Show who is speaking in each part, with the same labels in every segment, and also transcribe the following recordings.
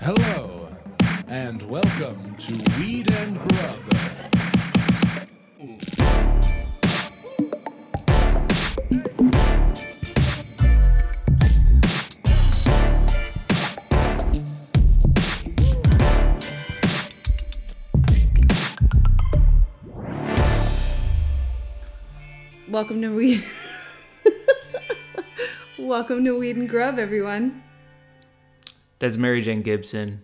Speaker 1: Hello, and welcome to Weed and Grub.
Speaker 2: Welcome to Weed. Welcome to Weed and Grub, everyone.
Speaker 3: That's Mary Jane Gibson.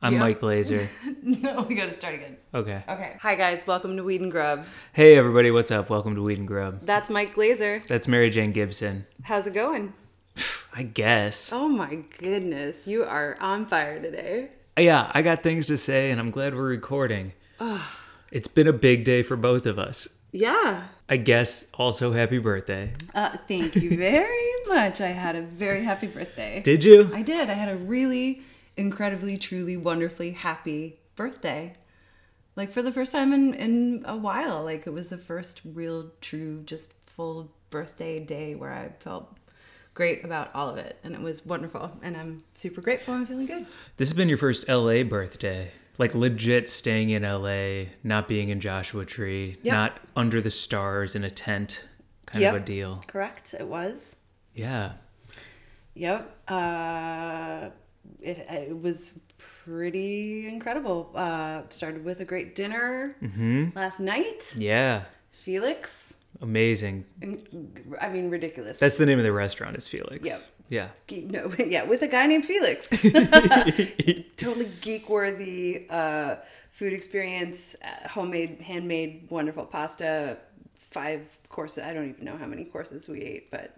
Speaker 3: I'm
Speaker 2: Yeah.
Speaker 3: Mike Laser.
Speaker 2: No, we gotta start again.
Speaker 3: Okay.
Speaker 2: Okay. Hi guys, welcome to Weed and Grub.
Speaker 3: Hey everybody, what's up? Welcome to Weed and Grub.
Speaker 2: That's Mike Glazer.
Speaker 3: That's Mary Jane Gibson.
Speaker 2: How's it going?
Speaker 3: I guess.
Speaker 2: Oh my goodness, you are on fire today.
Speaker 3: Yeah, I got things to say and I'm glad we're recording. It's been a big day for both of us.
Speaker 2: Yeah.
Speaker 3: I guess also happy birthday.
Speaker 2: Uh, thank you very much. I had a very happy birthday.
Speaker 3: Did you?
Speaker 2: I did. I had a really incredibly, truly, wonderfully happy birthday. Like for the first time in, in a while. Like it was the first real, true, just full birthday day where I felt great about all of it. And it was wonderful. And I'm super grateful. I'm feeling good.
Speaker 3: This has been your first LA birthday. Like legit staying in LA, not being in Joshua Tree,
Speaker 2: Yep.
Speaker 3: not under the stars in a tent kind of
Speaker 2: Yep.
Speaker 3: a deal.
Speaker 2: Correct. It was.
Speaker 3: Yeah.
Speaker 2: Yep. Uh, it, it was pretty incredible. Uh, started with a great dinner last night.
Speaker 3: Yeah.
Speaker 2: Felix.
Speaker 3: Amazing.
Speaker 2: And- I mean, ridiculous.
Speaker 3: That's the name of the restaurant is Felix.
Speaker 2: Yep.
Speaker 3: Yeah.
Speaker 2: no, yeah, with a guy named Felix. totally geek worthy uh, food experience, uh, homemade, handmade, wonderful pasta, five courses. I don't even know how many courses we ate, but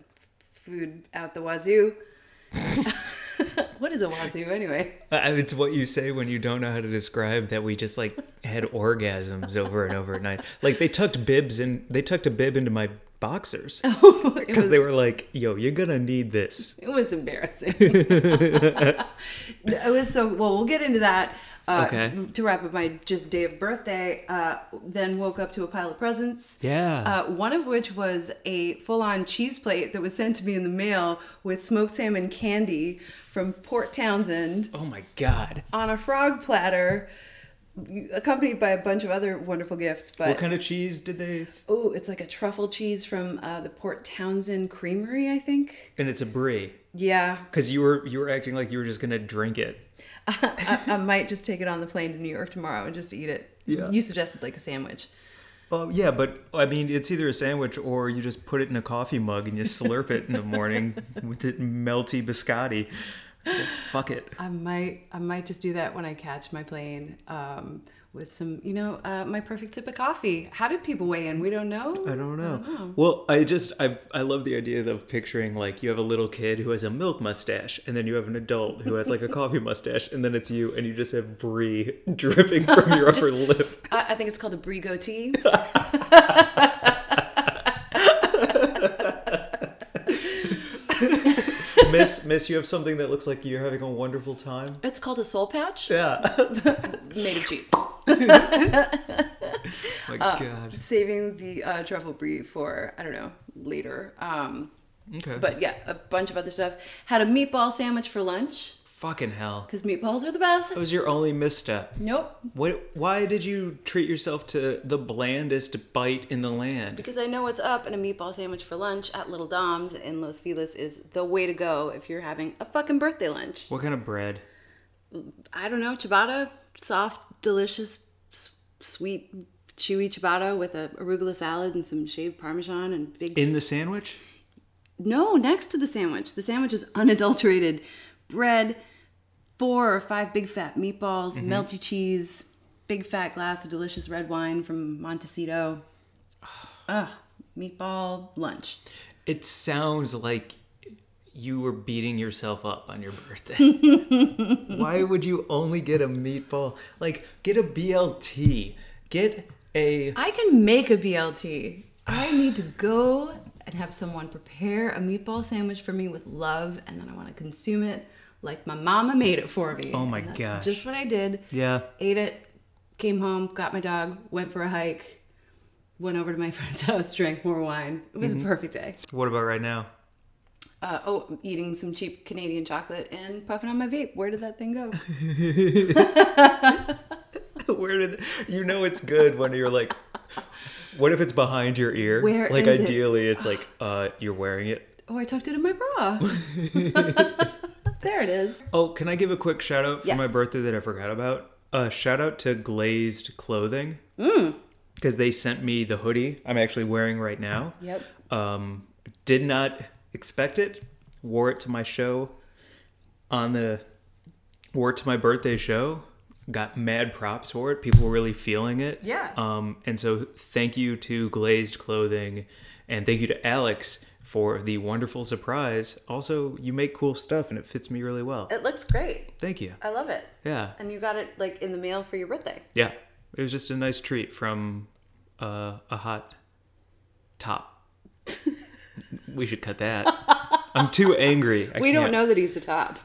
Speaker 2: food out the wazoo. what is a wazoo anyway?
Speaker 3: Uh, It's what you say when you don't know how to describe that we just like had orgasms over and over at night. Like they tucked bibs and they tucked a bib into my boxers
Speaker 2: It
Speaker 3: because
Speaker 2: Oh, was-
Speaker 3: they were like, "Yo, you're gonna need this."
Speaker 2: It was embarrassing. it was so well. We'll get into that. Uh,
Speaker 3: Okay.
Speaker 2: To wrap up my just day of birthday, uh, then woke up to a pile of presents.
Speaker 3: Yeah.
Speaker 2: Uh, one of which was a full-on cheese plate that was sent to me in the mail with smoked salmon candy from Port Townsend
Speaker 3: Oh my god!
Speaker 2: on a frog platter, accompanied by a bunch of other wonderful gifts. But
Speaker 3: What kind of cheese did they?
Speaker 2: oh, it's like a truffle cheese from uh, the Port Townsend Creamery, I think.
Speaker 3: And it's a brie
Speaker 2: Yeah,
Speaker 3: because you were you were acting like you were just gonna drink it.
Speaker 2: I, I might just take it on the plane to New York tomorrow and just eat it.
Speaker 3: Yeah.
Speaker 2: You suggested like a sandwich.
Speaker 3: Oh yeah, but I mean, it's either a sandwich or you just put it in a coffee mug and you slurp it in the morning with it melty biscotti. Fuck it.
Speaker 2: I might I might just do that when I catch my plane um, with some you know uh, my perfect sip of coffee. How did people weigh in? We don't know.
Speaker 3: I don't know.
Speaker 2: Mm-hmm.
Speaker 3: Well, I just I I love the idea of picturing like you have a little kid who has a milk mustache, and then you have an adult who has like a coffee mustache, and then it's you, and you just have brie dripping from your upper lip.
Speaker 2: I, I think it's called a brie goatee.
Speaker 3: miss Miss, you have something that looks like you're having a wonderful time. Oh
Speaker 2: it's called a soul pouch
Speaker 3: Yeah.
Speaker 2: made of cheese.
Speaker 3: My
Speaker 2: Uh,
Speaker 3: God.
Speaker 2: Saving the uh, truffle brie for I don't know later. Um,
Speaker 3: Okay.
Speaker 2: but yeah, a bunch of other stuff. Had a meatball sandwich for lunch
Speaker 3: fucking hell,
Speaker 2: because meatballs are the best.
Speaker 3: that was your only misstep.
Speaker 2: Nope,
Speaker 3: What? Why did you treat yourself to the blandest bite in the land?
Speaker 2: Because I know what's up, and a meatball sandwich for lunch at Little Dom's in Los Feliz is the way to go if you're having a fucking birthday lunch.
Speaker 3: What kind of bread?
Speaker 2: I don't know, ciabatta, soft, delicious, s- sweet, chewy ciabatta with a arugula salad and some shaved parmesan and big.
Speaker 3: In the sandwich?
Speaker 2: no, next to the sandwich. The sandwich is unadulterated bread, four or five big fat meatballs, melty cheese, big fat glass of delicious red wine from Montecito. Ugh, meatball lunch.
Speaker 3: It sounds like you were beating yourself up on your birthday. Why would you only get a meatball? Like, get a BLT. Get a.
Speaker 2: I can make a BLT. I need to go and have someone prepare a meatball sandwich for me with love, and then I want to consume it like my mama made it for me.
Speaker 3: Oh my
Speaker 2: And that's
Speaker 3: gosh.
Speaker 2: Just what I did.
Speaker 3: Yeah.
Speaker 2: Ate it, came home, got my dog, went for a hike,
Speaker 3: Mm-hmm.
Speaker 2: went over to my friend's house, drank more wine. It was a perfect day.
Speaker 3: What about right now?
Speaker 2: Uh, oh, eating some cheap Canadian chocolate and puffing on my vape. Where did that thing go?
Speaker 3: Where did you know it's good when you're like, what if it's behind your ear?
Speaker 2: Where
Speaker 3: like
Speaker 2: is it?
Speaker 3: ideally, it's like uh, you're wearing it.
Speaker 2: Oh, I tucked it in my bra. there it is.
Speaker 3: Oh, can I give a quick shout out for
Speaker 2: Yes.
Speaker 3: my birthday that I forgot about? Uh, shout out to Glazed Clothing
Speaker 2: Mm.
Speaker 3: because they sent me the hoodie I'm actually wearing right now.
Speaker 2: Yep.
Speaker 3: Um, did not expect it. Wore it to my show on the wore it to my birthday show. Got mad props for it. People were really feeling it.
Speaker 2: Yeah.
Speaker 3: Um, and so thank you to Glazed Clothing and thank you to Alex for the wonderful surprise. Also, you make cool stuff and it fits me really well.
Speaker 2: It looks great.
Speaker 3: Thank you.
Speaker 2: I love it.
Speaker 3: Yeah.
Speaker 2: And you got it like in the mail for your birthday.
Speaker 3: Yeah. It was just a nice treat from uh, a hot top. we should cut that. I'm too angry. I
Speaker 2: We don't
Speaker 3: can't.
Speaker 2: know that he's a top.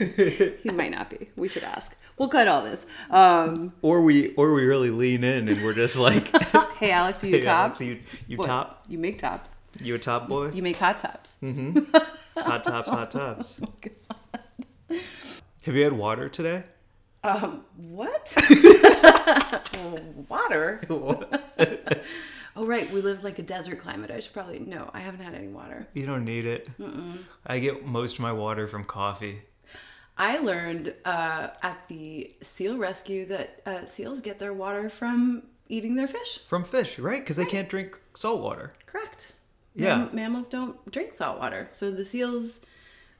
Speaker 2: he might not be. We should ask. We'll cut all this. Um,
Speaker 3: Or we or we really lean in and we're just like
Speaker 2: hey, Alex, are you a
Speaker 3: "Hey,
Speaker 2: top?
Speaker 3: Alex, you you
Speaker 2: What?
Speaker 3: top? Hmm.
Speaker 2: You make tops.
Speaker 3: You a top boy?
Speaker 2: You Oh make hot tops.
Speaker 3: hot tops, hot tops. Have you had water today?
Speaker 2: Um, what? water?
Speaker 3: you
Speaker 2: Oh, right. We live like a desert climate. I should probably no. I haven't had any water.
Speaker 3: don't need it. I get most of my water from coffee.
Speaker 2: I learned uh, at the seal rescue that uh, seals get their water from eating their fish.
Speaker 3: From fish, right? Because they can't drink salt water.
Speaker 2: Correct.
Speaker 3: Yeah.
Speaker 2: Mam- mammals don't drink salt water. So the seals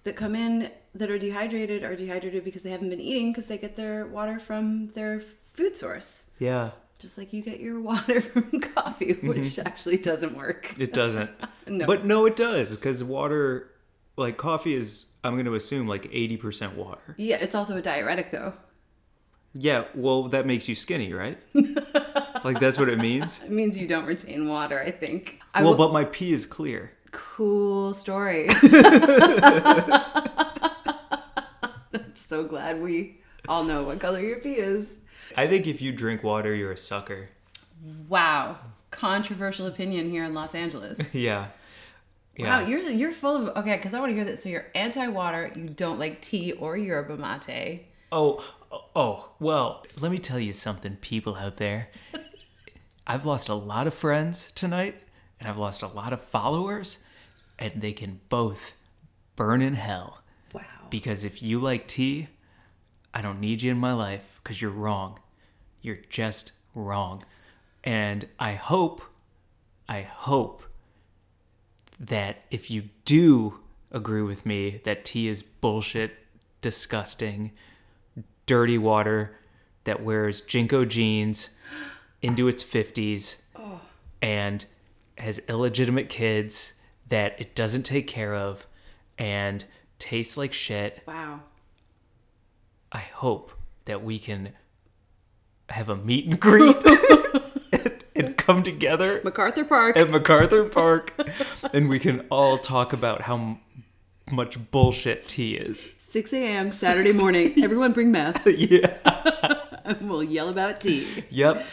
Speaker 2: that come in that are dehydrated are dehydrated because they haven't been eating because they get their water from their food source.
Speaker 3: Yeah.
Speaker 2: Just like you get your water from coffee,
Speaker 3: Mm-hmm.
Speaker 2: which actually doesn't work.
Speaker 3: It doesn't.
Speaker 2: No.
Speaker 3: But no, it does, because water, like coffee is, I'm going to assume, like 80% water.
Speaker 2: Yeah, it's also a diuretic though.
Speaker 3: Yeah, well, that makes you skinny, right? like, that's what it means?
Speaker 2: It means you don't retain water, I think. I
Speaker 3: Well,
Speaker 2: will-
Speaker 3: but my pee is clear.
Speaker 2: cool story. I'm so glad we all know what color your pee is.
Speaker 3: I think if you drink water, you're a sucker.
Speaker 2: Wow. Controversial opinion here in Los Angeles.
Speaker 3: Yeah.
Speaker 2: Wow, you're you're full of okay. Because I want to hear this. So you're anti-water. You don't like tea or yerba mate.
Speaker 3: Oh, oh, well, let me tell you something, people out there. I've lost a lot of friends tonight, and I've lost a lot of followers, and they can both burn in hell.
Speaker 2: Wow.
Speaker 3: Because if you like tea, I don't need you in my life because you're wrong. You're just wrong. And I hope, I hope that if you do agree with me that tea is bullshit, disgusting, dirty water that wears Jinko jeans into its 50s and has illegitimate kids that it doesn't take care of and tastes like shit.
Speaker 2: Wow.
Speaker 3: I hope that we can have a meet and greet and, and come together
Speaker 2: MacArthur Park.
Speaker 3: at MacArthur Park and we can all talk about how m- much bullshit tea is.
Speaker 2: 6 a.m. Saturday morning. Everyone bring masks.
Speaker 3: yeah.
Speaker 2: we'll yell about tea.
Speaker 3: Yep.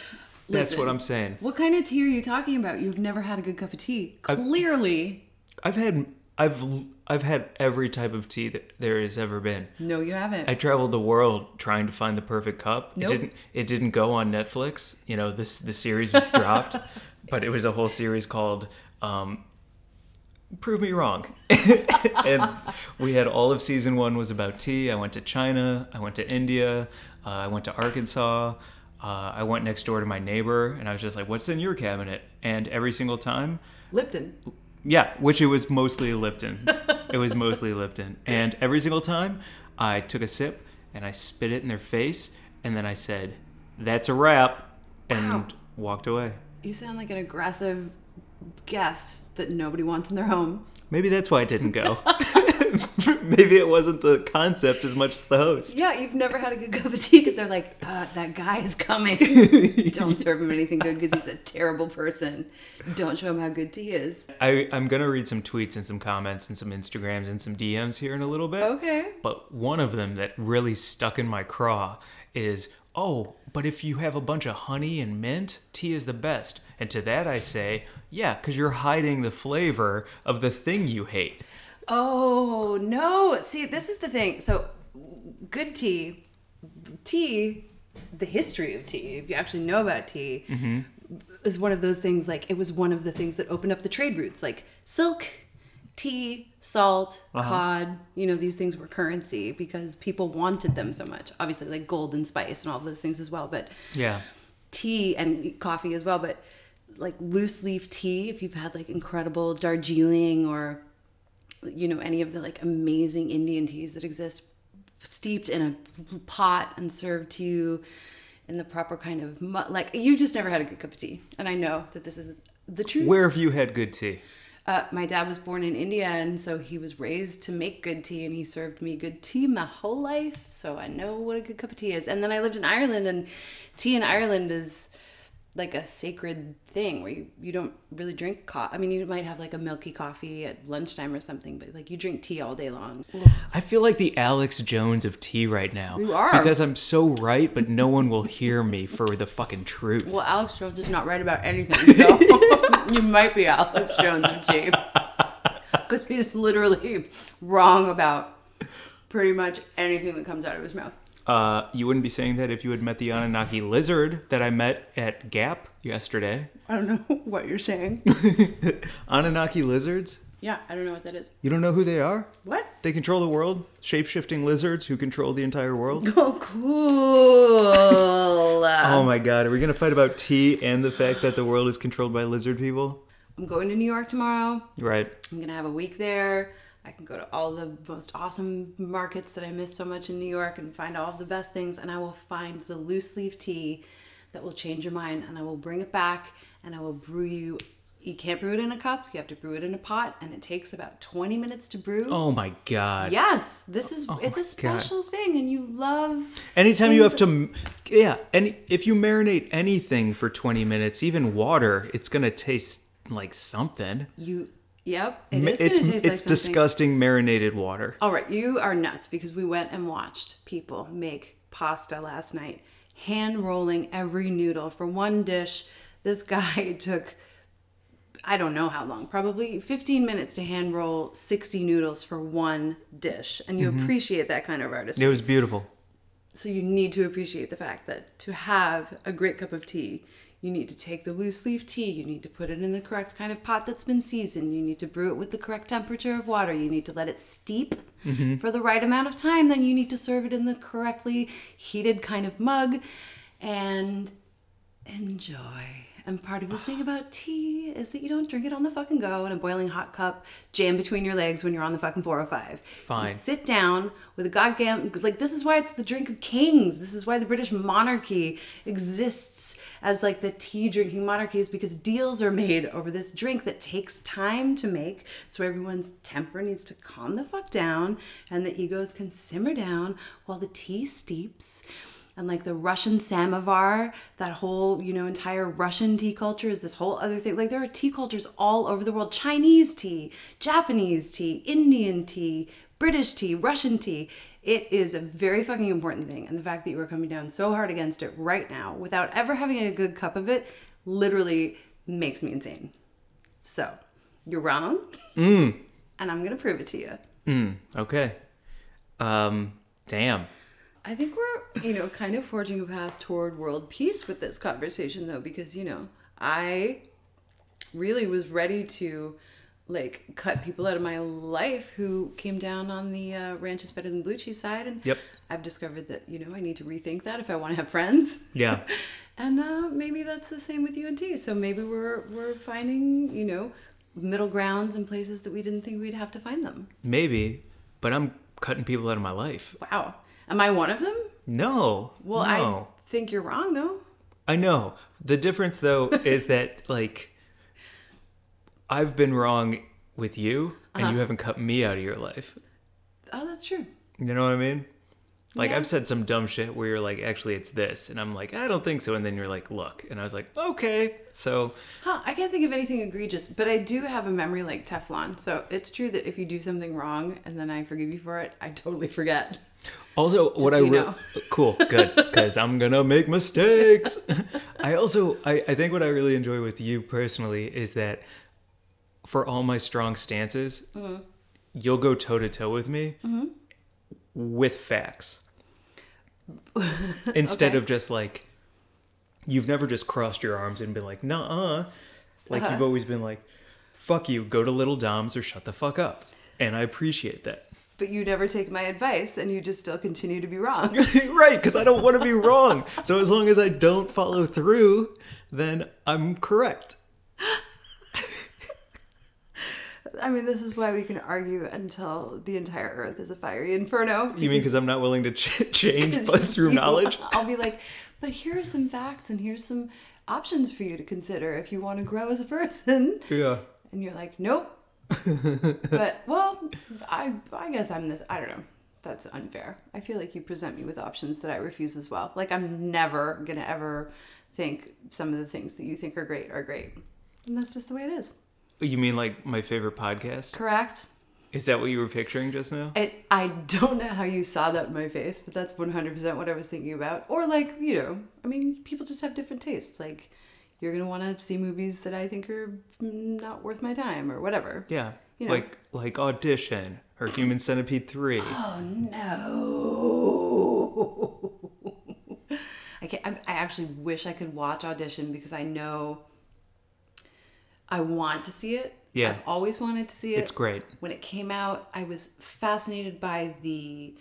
Speaker 3: That's
Speaker 2: Listen.
Speaker 3: what I'm saying.
Speaker 2: What kind of tea are you talking about? You've never had a good cup of tea. Clearly,
Speaker 3: I've had I've l- I've had every type of tea that there has ever been.
Speaker 2: no, you haven't.
Speaker 3: I traveled the world trying to find the perfect cup.
Speaker 2: Nope.
Speaker 3: It didn't it didn't go on Netflix. You know, this the series was dropped, but it was a whole series called um, Prove Me Wrong. and we had all of season 1 was about tea. I went to China, I went to India, uh, I went to Arkansas. Uh, I went next door to my neighbor and I was just like, "What's in your cabinet?" And every single time,
Speaker 2: Lipton.
Speaker 3: yeah, which it was mostly Lipton. it was mostly Lipton. And every single time I took a sip and I spit it in their face and then I said, "That's a wrap." And
Speaker 2: Wow.
Speaker 3: walked away.
Speaker 2: You sound like an aggressive guest that nobody wants in their home.
Speaker 3: Maybe that's why I didn't go. Maybe it wasn't the concept as much as the host.
Speaker 2: Yeah, you've never had a good cup of tea because they're like, uh, that guy is coming. Don't serve him anything good because he's a terrible person. Don't show him how good tea is.
Speaker 3: I, I'm going to read some tweets and some comments and some Instagrams and some DMs here in a little bit.
Speaker 2: Okay.
Speaker 3: But one of them that really stuck in my craw is, oh, but if you have a bunch of honey and mint, tea is the best. And to that I say, yeah, because you're hiding the flavor of the thing you hate.
Speaker 2: Oh no! See, this is the thing. So, good tea, tea, the history of tea. If you actually know about tea, is one of those things. Like it was one of the things that opened up the trade routes, like silk, tea, salt, cod. You know, these things were currency because people wanted them so much. Obviously, like gold and spice and all those things as well. But
Speaker 3: Yeah.
Speaker 2: tea and coffee as well, but like loose leaf tea, if you've had like incredible Darjeeling or you know any of the like amazing Indian teas that exist, steeped in a pot and served to you in the proper kind of mu- like you just never had a good cup of tea, and I know that this is the truth.
Speaker 3: Where have you had good tea?
Speaker 2: Uh, my dad was born in India, and so he was raised to make good tea, and he served me good tea my whole life. So I know what a good cup of tea is. And then I lived in Ireland, and tea in Ireland is like a sacred thing where you, you don't really drink coffee. I mean, you might have like a milky coffee at lunchtime or something, but like you drink tea all day long.
Speaker 3: I feel like the Alex Jones of tea right now.
Speaker 2: You are.
Speaker 3: Because I'm so right, but no one will hear me for the fucking truth.
Speaker 2: Well, Alex Jones is not right about anything, so you might be Alex Jones of tea. Because he's literally wrong about pretty much anything that comes out of his mouth.
Speaker 3: Uh, you wouldn't be saying that if you had met the Anunnaki lizard that I met at Gap yesterday.
Speaker 2: I don't know what you're saying.
Speaker 3: Anunnaki lizards?
Speaker 2: yeah, I don't know what that is.
Speaker 3: You don't know who they are?
Speaker 2: What?
Speaker 3: They control the world. Shape shifting lizards who control the entire world.
Speaker 2: Oh, cool.
Speaker 3: Oh my god, are we gonna fight about tea and the fact that the world is controlled by lizard people?
Speaker 2: I'm going to New York tomorrow.
Speaker 3: Right.
Speaker 2: I'm gonna have a week there. I can go to all the most awesome markets that I miss so much in New York and find all the best things. And I will find the loose leaf tea that will change your mind. And I will bring it back and I will brew you. You can't brew it in a cup. You have to brew it in a pot, and it takes about 20 minutes to brew.
Speaker 3: Oh my god.
Speaker 2: Yes, this is it's a
Speaker 3: my God.
Speaker 2: special thing, and you love.
Speaker 3: Anytime you
Speaker 2: things
Speaker 3: have to, yeah, any if you marinate anything for 20 minutes, even water, it's gonna taste like something.
Speaker 2: You, yep, it
Speaker 3: Ma-
Speaker 2: is going
Speaker 3: it's
Speaker 2: to taste like
Speaker 3: it's
Speaker 2: something.
Speaker 3: disgusting marinated water.
Speaker 2: All right, you are nuts because we went and watched people make pasta last night, hand rolling every noodle for one dish. This guy took, I don't know how long, probably 15 minutes to hand roll 60 noodles for one dish. And
Speaker 3: Mm-hmm.
Speaker 2: you appreciate that kind of artistry.
Speaker 3: It was beautiful.
Speaker 2: So you need to appreciate the fact that to have a great cup of tea, you need to take the loose leaf tea, you need to put it in the correct kind of pot that's been seasoned, you need to brew it with the correct temperature of water, you need to let it steep for the right amount of time, then you need to serve it in the correctly heated kind of mug and enjoy. And part of the thing about tea is that you don't drink it on the fucking go in a boiling hot cup, jam between your legs when you're on the fucking 405.
Speaker 3: Fine.
Speaker 2: You sit down with a goddamn like this is why it's the drink of kings. This is why the British monarchy exists as like the tea drinking monarchy is because deals are made over this drink that takes time to make. So everyone's temper needs to calm the fuck down and the egos can simmer down while the tea steeps and like the Russian samovar, that whole, you know, entire Russian tea culture is this whole other thing. Like there are tea cultures all over the world Chinese tea, Japanese tea, Indian tea, British tea, Russian tea. It is a very fucking important thing. And the fact that you are coming down so hard against it right now without ever having a good cup of it literally makes me insane. So you're wrong. And I'm going to prove it to you.
Speaker 3: Okay. Um. Damn.
Speaker 2: I think we're, you know, kind of forging a path toward world peace with this conversation, though, because, you know, I really was ready to, like, cut people out of my life who came down on the uh, ranch is better than blue cheese side. And
Speaker 3: Yep.
Speaker 2: I've discovered that, you know, I need to rethink that if I want to have friends.
Speaker 3: Yeah.
Speaker 2: and uh, maybe that's the same with you and T. So maybe we're, we're finding, you know, middle grounds and places that we didn't think we'd have to find them.
Speaker 3: Maybe, but I'm cutting people out of my life.
Speaker 2: Wow. Am I one of them?
Speaker 3: No.
Speaker 2: Well,
Speaker 3: no.
Speaker 2: I think you're wrong, though.
Speaker 3: I know. The difference though is that like I've been wrong with you and you haven't cut me out of your life.
Speaker 2: Oh, that's true.
Speaker 3: You know what I mean? Like
Speaker 2: Yeah.
Speaker 3: I've said some dumb shit where you're like, actually, it's this, and I'm like, I don't think so, and then you're like, look, and I was like, okay, so
Speaker 2: Huh, I can't think of anything egregious, but I do have a memory like Teflon. So it's true that if you do something wrong and then I forgive you for it, I totally forget.
Speaker 3: Also, what
Speaker 2: so
Speaker 3: I
Speaker 2: you
Speaker 3: re-
Speaker 2: know.
Speaker 3: cool, good, because I'm gonna make mistakes. I also, I, I think what I really enjoy with you personally is that for all my strong stances,
Speaker 2: Mm-hmm.
Speaker 3: you'll go toe to toe with me with facts instead
Speaker 2: Okay.
Speaker 3: of just like you've never just crossed your arms and been like, nah, uh, like
Speaker 2: Uh-huh.
Speaker 3: you've always been like, fuck you, go to little doms or shut the fuck up, and I appreciate that.
Speaker 2: But you never take my advice and you just still continue to be wrong.
Speaker 3: right, because I don't want to be wrong. So as long as I don't follow through, then I'm correct.
Speaker 2: I mean, this is why we can argue until the entire earth is a fiery inferno.
Speaker 3: You mean because I'm not willing to ch- change
Speaker 2: Because
Speaker 3: but through
Speaker 2: you-
Speaker 3: knowledge?
Speaker 2: I'll be like, but here are some facts and here's some options for you to consider if you want to grow as a person.
Speaker 3: Yeah.
Speaker 2: And you're like, nope. but well, I I guess I'm this. I don't know. That's unfair. I feel like you present me with options that I refuse as well. Like I'm never gonna ever think some of the things that you think are great are great. And that's just the way it is.
Speaker 3: You mean like my favorite podcast?
Speaker 2: Correct.
Speaker 3: Is that what you were picturing just now?
Speaker 2: It, I don't know how you saw that in my face, but that's 100% what I was thinking about. Or, like, you know, I mean, people just have different tastes. Like, you're going to want to see movies that I think are not worth my time or whatever.
Speaker 3: Yeah.
Speaker 2: You know.
Speaker 3: Like like audition or Human Centipede three.
Speaker 2: Oh, no. I, can't, I, I actually wish I could watch Audition because I know I want to see it.
Speaker 3: Yeah.
Speaker 2: I've always wanted to see it.
Speaker 3: It's great.
Speaker 2: When it came out, I was fascinated by the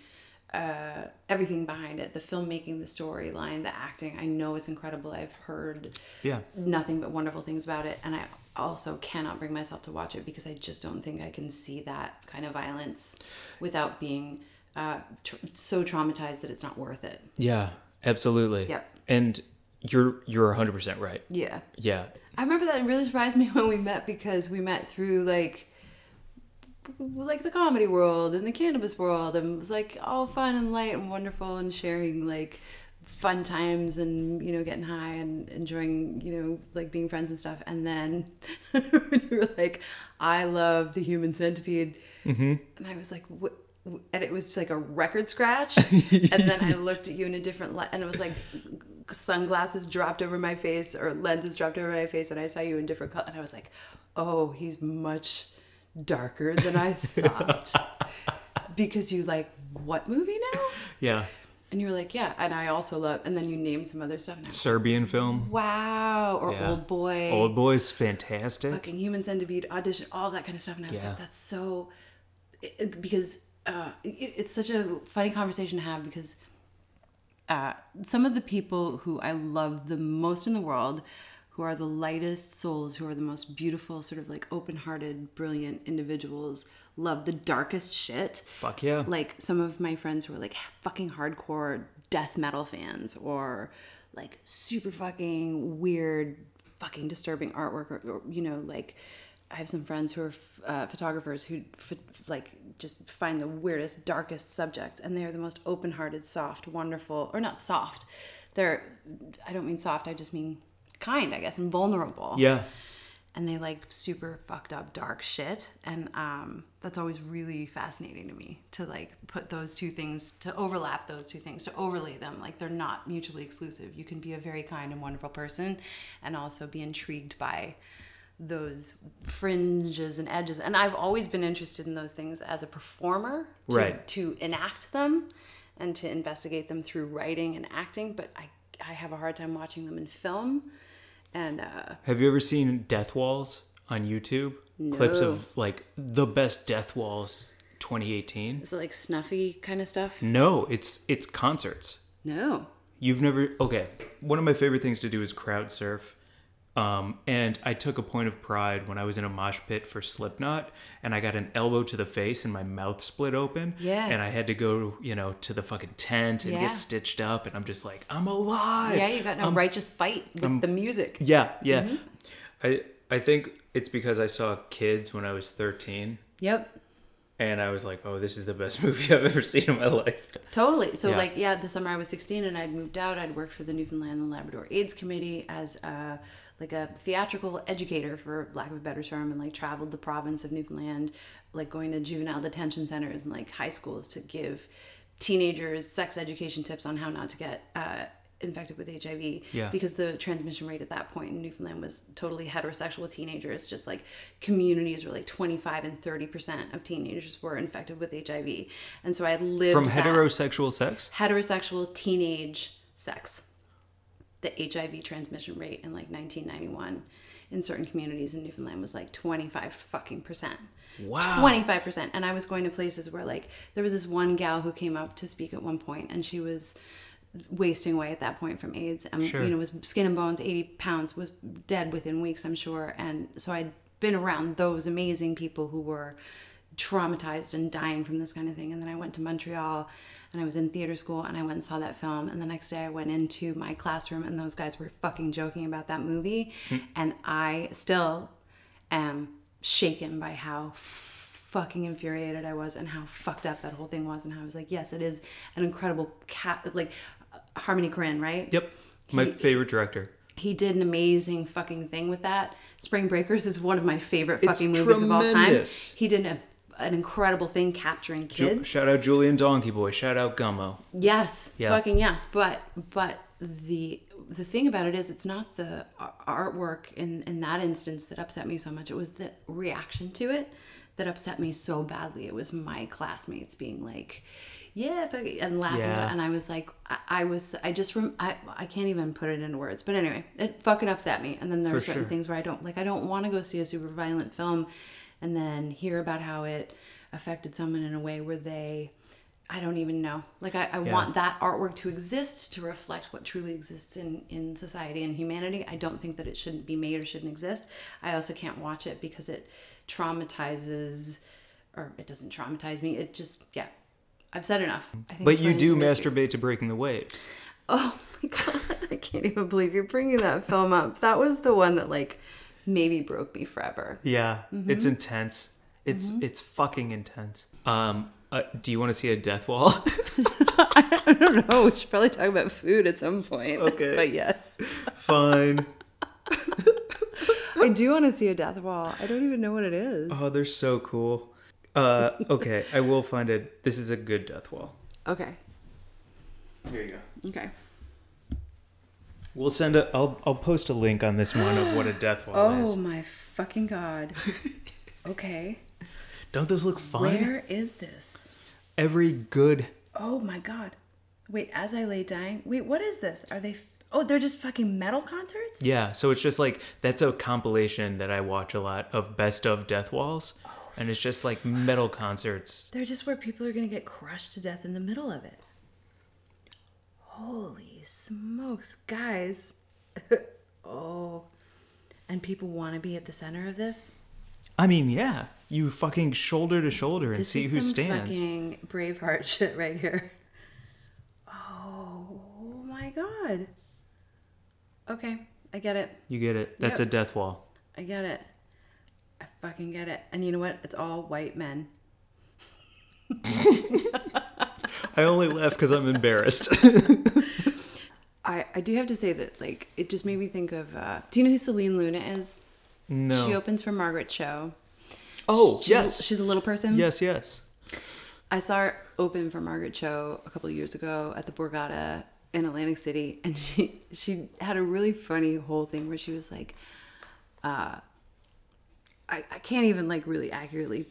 Speaker 2: uh, everything behind it the filmmaking, the storyline, the acting. I know it's incredible. I've heard
Speaker 3: Yeah.
Speaker 2: nothing but wonderful things about it. And I also cannot bring myself to watch it because I just don't think I can see that kind of violence without being uh, tr- so traumatized that it's not worth it.
Speaker 3: Yeah. Absolutely.
Speaker 2: Yep.
Speaker 3: And you're you're 100 percent right.
Speaker 2: Yeah.
Speaker 3: Yeah.
Speaker 2: I remember that and really surprised me when we met because we met through like like the comedy world and the cannabis world and it was like all fun and light and wonderful and sharing like fun times and you know getting high and enjoying you know like being friends and stuff and then when you were like I love the human centipede and I was like what and it was just like a record scratch and then I looked at you in a different light and it was like sunglasses dropped over my face or lenses dropped over my face and I saw you in different color and I was like, "Oh, he's much darker than I thought." because you like what movie now?
Speaker 3: Yeah.
Speaker 2: And you were like, "Yeah," and I also love and then you named some other stuff and I was
Speaker 3: Serbian film.
Speaker 2: like, "Wow," or
Speaker 3: Yeah.
Speaker 2: Old Boy.
Speaker 3: Old boy's fantastic.
Speaker 2: Fucking human centipede audition, all that kind of stuff, and I was
Speaker 3: Yeah.
Speaker 2: like, "That's so," it- it- because uh, it, it's such a funny conversation to have because uh, some of the people who I love the most in the world, who are the lightest souls, who are the most beautiful, sort of like open hearted, brilliant individuals, love the darkest shit.
Speaker 3: Fuck yeah.
Speaker 2: Like some of my friends who are like fucking hardcore death metal fans or like super fucking weird, fucking disturbing artwork or, or you know, like. I have some friends who are f- uh, photographers who f- like just find the weirdest, darkest subjects, and they are the most open-hearted, soft, wonderful, or not soft. They're, I don't mean soft. I just mean kind, I guess, and vulnerable
Speaker 3: yeah.
Speaker 2: and they like super fucked up dark shit and um, that's always really fascinating to me to like put those two things to overlap those two things to overlay them like they're not mutually exclusive you can be a very kind and wonderful person and also be intrigued by those fringes and edges and i've always been interested in those things as a performer to,
Speaker 3: Right.
Speaker 2: to enact them and to investigate them through writing and acting but i i have a hard time watching them in film and uh
Speaker 3: Have you ever seen death walls on YouTube? Clips of like the best death walls 2018?
Speaker 2: Is it like snuffy kind of stuff?
Speaker 3: No, it's it's concerts.
Speaker 2: No.
Speaker 3: You've never okay. One of my favorite things to do is crowd surf. Um, and I took a point of pride when I was in a mosh pit for Slipknot, and I got an elbow to the face, and my mouth split open.
Speaker 2: Yeah.
Speaker 3: And I had to go, you know, to the fucking tent and
Speaker 2: Yeah.
Speaker 3: get stitched up, and I'm just like, I'm alive.
Speaker 2: Yeah, you got in a righteous fight with the music.
Speaker 3: Yeah, yeah. I I think it's because I saw kids when I was 13,
Speaker 2: Yep.
Speaker 3: and I was like, "Oh, this is the best movie I've ever seen in my life."
Speaker 2: Totally. So,
Speaker 3: Yeah.
Speaker 2: like, yeah, the summer I was 16 and I'd moved out, I'd worked for the Newfoundland and Labrador AIDS Committee as a like a theatrical educator, for lack of a better term, and like traveled the province of Newfoundland, like going to juvenile detention centers and like high schools to give teenagers sex education tips on how not to get uh, infected with HIV.
Speaker 3: Yeah.
Speaker 2: Because the transmission rate at that point in Newfoundland was totally heterosexual teenagers, just like communities were like 25 and 30% of teenagers were infected with HIV. And so I lived
Speaker 3: From
Speaker 2: that
Speaker 3: heterosexual sex,
Speaker 2: heterosexual teenage sex the hiv transmission rate in like 1991 in certain communities in newfoundland was like 25 fucking percent
Speaker 3: Wow.
Speaker 2: 25 percent and i was going to places where like there was this one gal who came up to speak at one point and she was wasting away at that point from aids and
Speaker 3: Sure.
Speaker 2: you know was skin and bones 80 pounds was dead within weeks i'm sure and so i'd been around those amazing people who were traumatized and dying from this kind of thing and then i went to montreal and i was in theater school and i went and saw that film and the next day i went into my classroom and those guys were fucking joking about that movie and i still am shaken by how fucking infuriated I was and how fucked up that whole thing was and how I was like, yes, it is an incredible cat like uh, Harmony Korine, right?
Speaker 3: yep, my favorite director.
Speaker 2: He did an amazing fucking thing with that. Spring Breakers is one of my favorite
Speaker 3: It's
Speaker 2: fucking movies of all time.
Speaker 3: tremendous.
Speaker 2: He did a, an incredible thing capturing
Speaker 3: Ju-
Speaker 2: kids.
Speaker 3: shout out Julian Donkey Boy. Shout out Gummo.
Speaker 2: Yes,
Speaker 3: Yeah.
Speaker 2: fucking yes. But but the the thing about it is, it's not the a- artwork in in that instance that upset me so much. It was the reaction to it that upset me so badly. It was my classmates being like, "Yeah," fuck it," and laughing,
Speaker 3: Yeah.
Speaker 2: and I was like, I, I was, I just, rem- I I can't even put it into words. But anyway, it fucking upset me. And then there were certain
Speaker 3: sure.
Speaker 2: things where I don't like. I don't want to go see a super violent film, and then hear about how it affected someone in a way where they I don't even know. Like I, I want that artwork to exist to reflect what truly exists in in society and humanity. I don't think that it shouldn't be made or shouldn't exist. I also can't watch it because it traumatizes, or it doesn't traumatize me. It just yeah. I've said enough. I think
Speaker 3: But
Speaker 2: it's
Speaker 3: you
Speaker 2: running
Speaker 3: do
Speaker 2: too much-
Speaker 3: masturbate to Breaking the Waves.
Speaker 2: Oh my god! I can't even believe you're bringing that film up. That was the one that like maybe broke me forever.
Speaker 3: Yeah, it's intense. It's it's fucking intense. Um, uh, do you want to see a death wall?
Speaker 2: I don't know. We should probably talk about food at some point.
Speaker 3: Okay.
Speaker 2: but yes.
Speaker 3: Fine.
Speaker 2: I do want to see a death wall. I don't even know what it is.
Speaker 3: Oh, they're so cool. Uh, okay, I will find it. This is a good death wall.
Speaker 2: Okay.
Speaker 3: Here you go.
Speaker 2: Okay.
Speaker 3: We'll send a. I'll I'll post a link on this one of what a death wall
Speaker 2: Oh
Speaker 3: is.
Speaker 2: my fucking god. okay.
Speaker 3: Don't those look fun?
Speaker 2: Where is this?
Speaker 3: Every good.
Speaker 2: Oh my god. Wait, as I lay dying. Wait, what is this? Are they. F- oh, they're just fucking metal concerts?
Speaker 3: Yeah, so it's just like that's a compilation that I watch a lot of best of death walls, and it's just like metal concerts.
Speaker 2: They're just where people are gonna get crushed to death in the middle of it. Holy smokes, guys. oh. And people wanna be at the center of this?
Speaker 3: I mean, yeah, you fucking shoulder to shoulder and
Speaker 2: This
Speaker 3: see
Speaker 2: is
Speaker 3: who
Speaker 2: some
Speaker 3: stands.
Speaker 2: Fucking Braveheart shit right here. Oh my god. Okay, I get it.
Speaker 3: You get it. That's
Speaker 2: Yep.
Speaker 3: a death wall.
Speaker 2: I get it. I fucking get it. And you know what? It's all white men.
Speaker 3: I only laugh because I'm embarrassed.
Speaker 2: I, I do have to say that like it just made me think of uh, do you know who Celine Luna is? She
Speaker 3: no.
Speaker 2: opens for Margaret Cho.
Speaker 3: Oh
Speaker 2: She's a-
Speaker 3: yes,
Speaker 2: she's a little person.
Speaker 3: yes, yes.
Speaker 2: I saw her open for Margaret Cho a couple of years ago at the Borgata in Atlantic City, and she she had a really funny whole thing where she was like, uh, I, I can't even like really accurately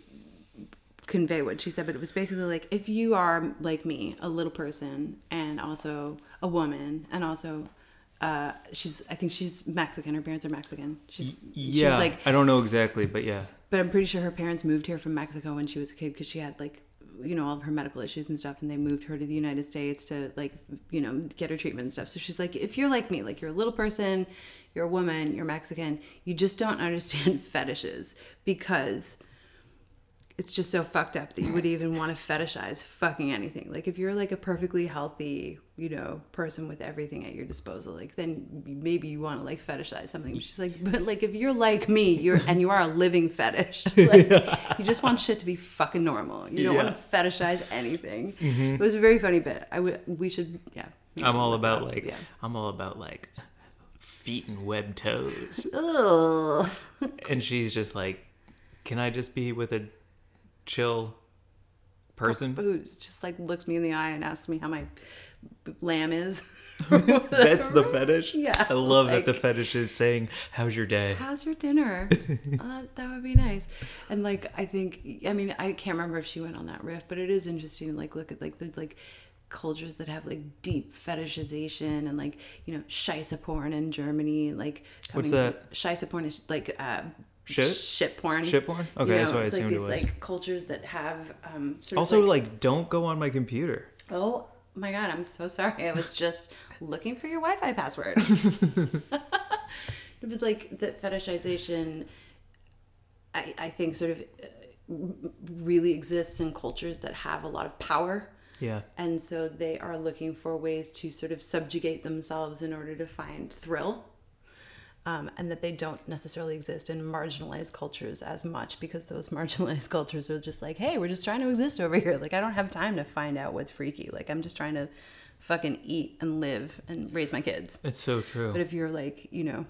Speaker 2: convey what she said, but it was basically like if you are like me, a little person, and also a woman, and also uh, she's I think she's Mexican. Her parents are Mexican. She's she
Speaker 3: Yeah,
Speaker 2: was like
Speaker 3: I don't know exactly, but yeah.
Speaker 2: but I'm pretty sure her parents moved here from Mexico when she was a kid because she had like you know all of her medical issues and stuff and they moved her to the United States to like you know get her treatment and stuff. So she's like if you're like me, like you're a little person, you're a woman, you're Mexican, you just don't understand fetishes because it's just so fucked up that you would even want to fetishize fucking anything. Like if you're like a perfectly healthy you know person with everything at your disposal like then maybe you want to like fetishize something But she's like but like if you're like me you're and you are a living fetish like you just want shit to be fucking normal you don't
Speaker 3: Yeah. Mm-hmm.
Speaker 2: want to fetishize anything it was a very funny bit i would we should yeah
Speaker 3: I'm all about like
Speaker 2: yeah.
Speaker 3: I'm all about like feet and webbed toes.
Speaker 2: Ugh.
Speaker 3: and she's just like, Can I just be with a chill person?
Speaker 2: who just like looks me in the eye and asks me how my b- lamb is
Speaker 3: That's the fetish.
Speaker 2: Yeah,
Speaker 3: I love that the
Speaker 2: like-
Speaker 3: fetish is saying, How's your day?
Speaker 2: how's your dinner uh, that would be nice and like i think i mean i can't remember if she went on that riff but it is interesting to like look at like the like cultures that have like deep fetishization and like you know scheisse porn in germany like
Speaker 3: What's
Speaker 2: coming-
Speaker 3: that?
Speaker 2: scheisse porn is like uh
Speaker 3: Shit?
Speaker 2: shit porn
Speaker 3: Shit porn? Okay, that's what I
Speaker 2: it's like
Speaker 3: assumed it
Speaker 2: these
Speaker 3: was.
Speaker 2: like cultures that have um sort of,
Speaker 3: Also like don't go on my computer.
Speaker 2: Oh my god, I'm so sorry. I was just looking for your Wi-Fi password. but like the fetishization, I, I think sort of uh, really exists in cultures that have a lot of power.
Speaker 3: Yeah.
Speaker 2: And so they are looking for ways to sort of subjugate themselves in order to find thrill. Um, and that they don't necessarily exist in marginalized cultures as much because those marginalized cultures are just like, hey, we're just trying to exist over here. Like, I don't have time to find out what's freaky. Like, I'm just trying to fucking eat and live and raise my kids.
Speaker 3: It's so true.
Speaker 2: But if you're like, you know,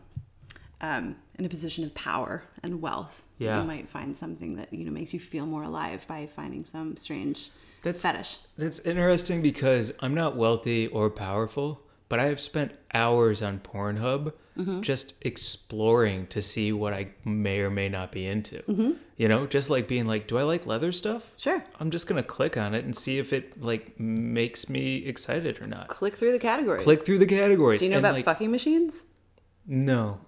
Speaker 2: um, in a position of power and wealth,
Speaker 3: Yeah.
Speaker 2: you might find something that, you know, makes you feel more alive by finding some strange
Speaker 3: That's-
Speaker 2: fetish.
Speaker 3: That's interesting because I'm not wealthy or powerful, but I have spent hours on Pornhub
Speaker 2: Mm-hmm.
Speaker 3: just exploring to see what I may or may not be into.
Speaker 2: Mm-hmm.
Speaker 3: You know, just like being like, do I like leather stuff?
Speaker 2: Sure.
Speaker 3: I'm just going to click on it and see if it like makes me excited or not.
Speaker 2: Click through the categories.
Speaker 3: Click through the categories.
Speaker 2: Do you know
Speaker 3: and,
Speaker 2: about
Speaker 3: like,
Speaker 2: fucking machines?
Speaker 3: No.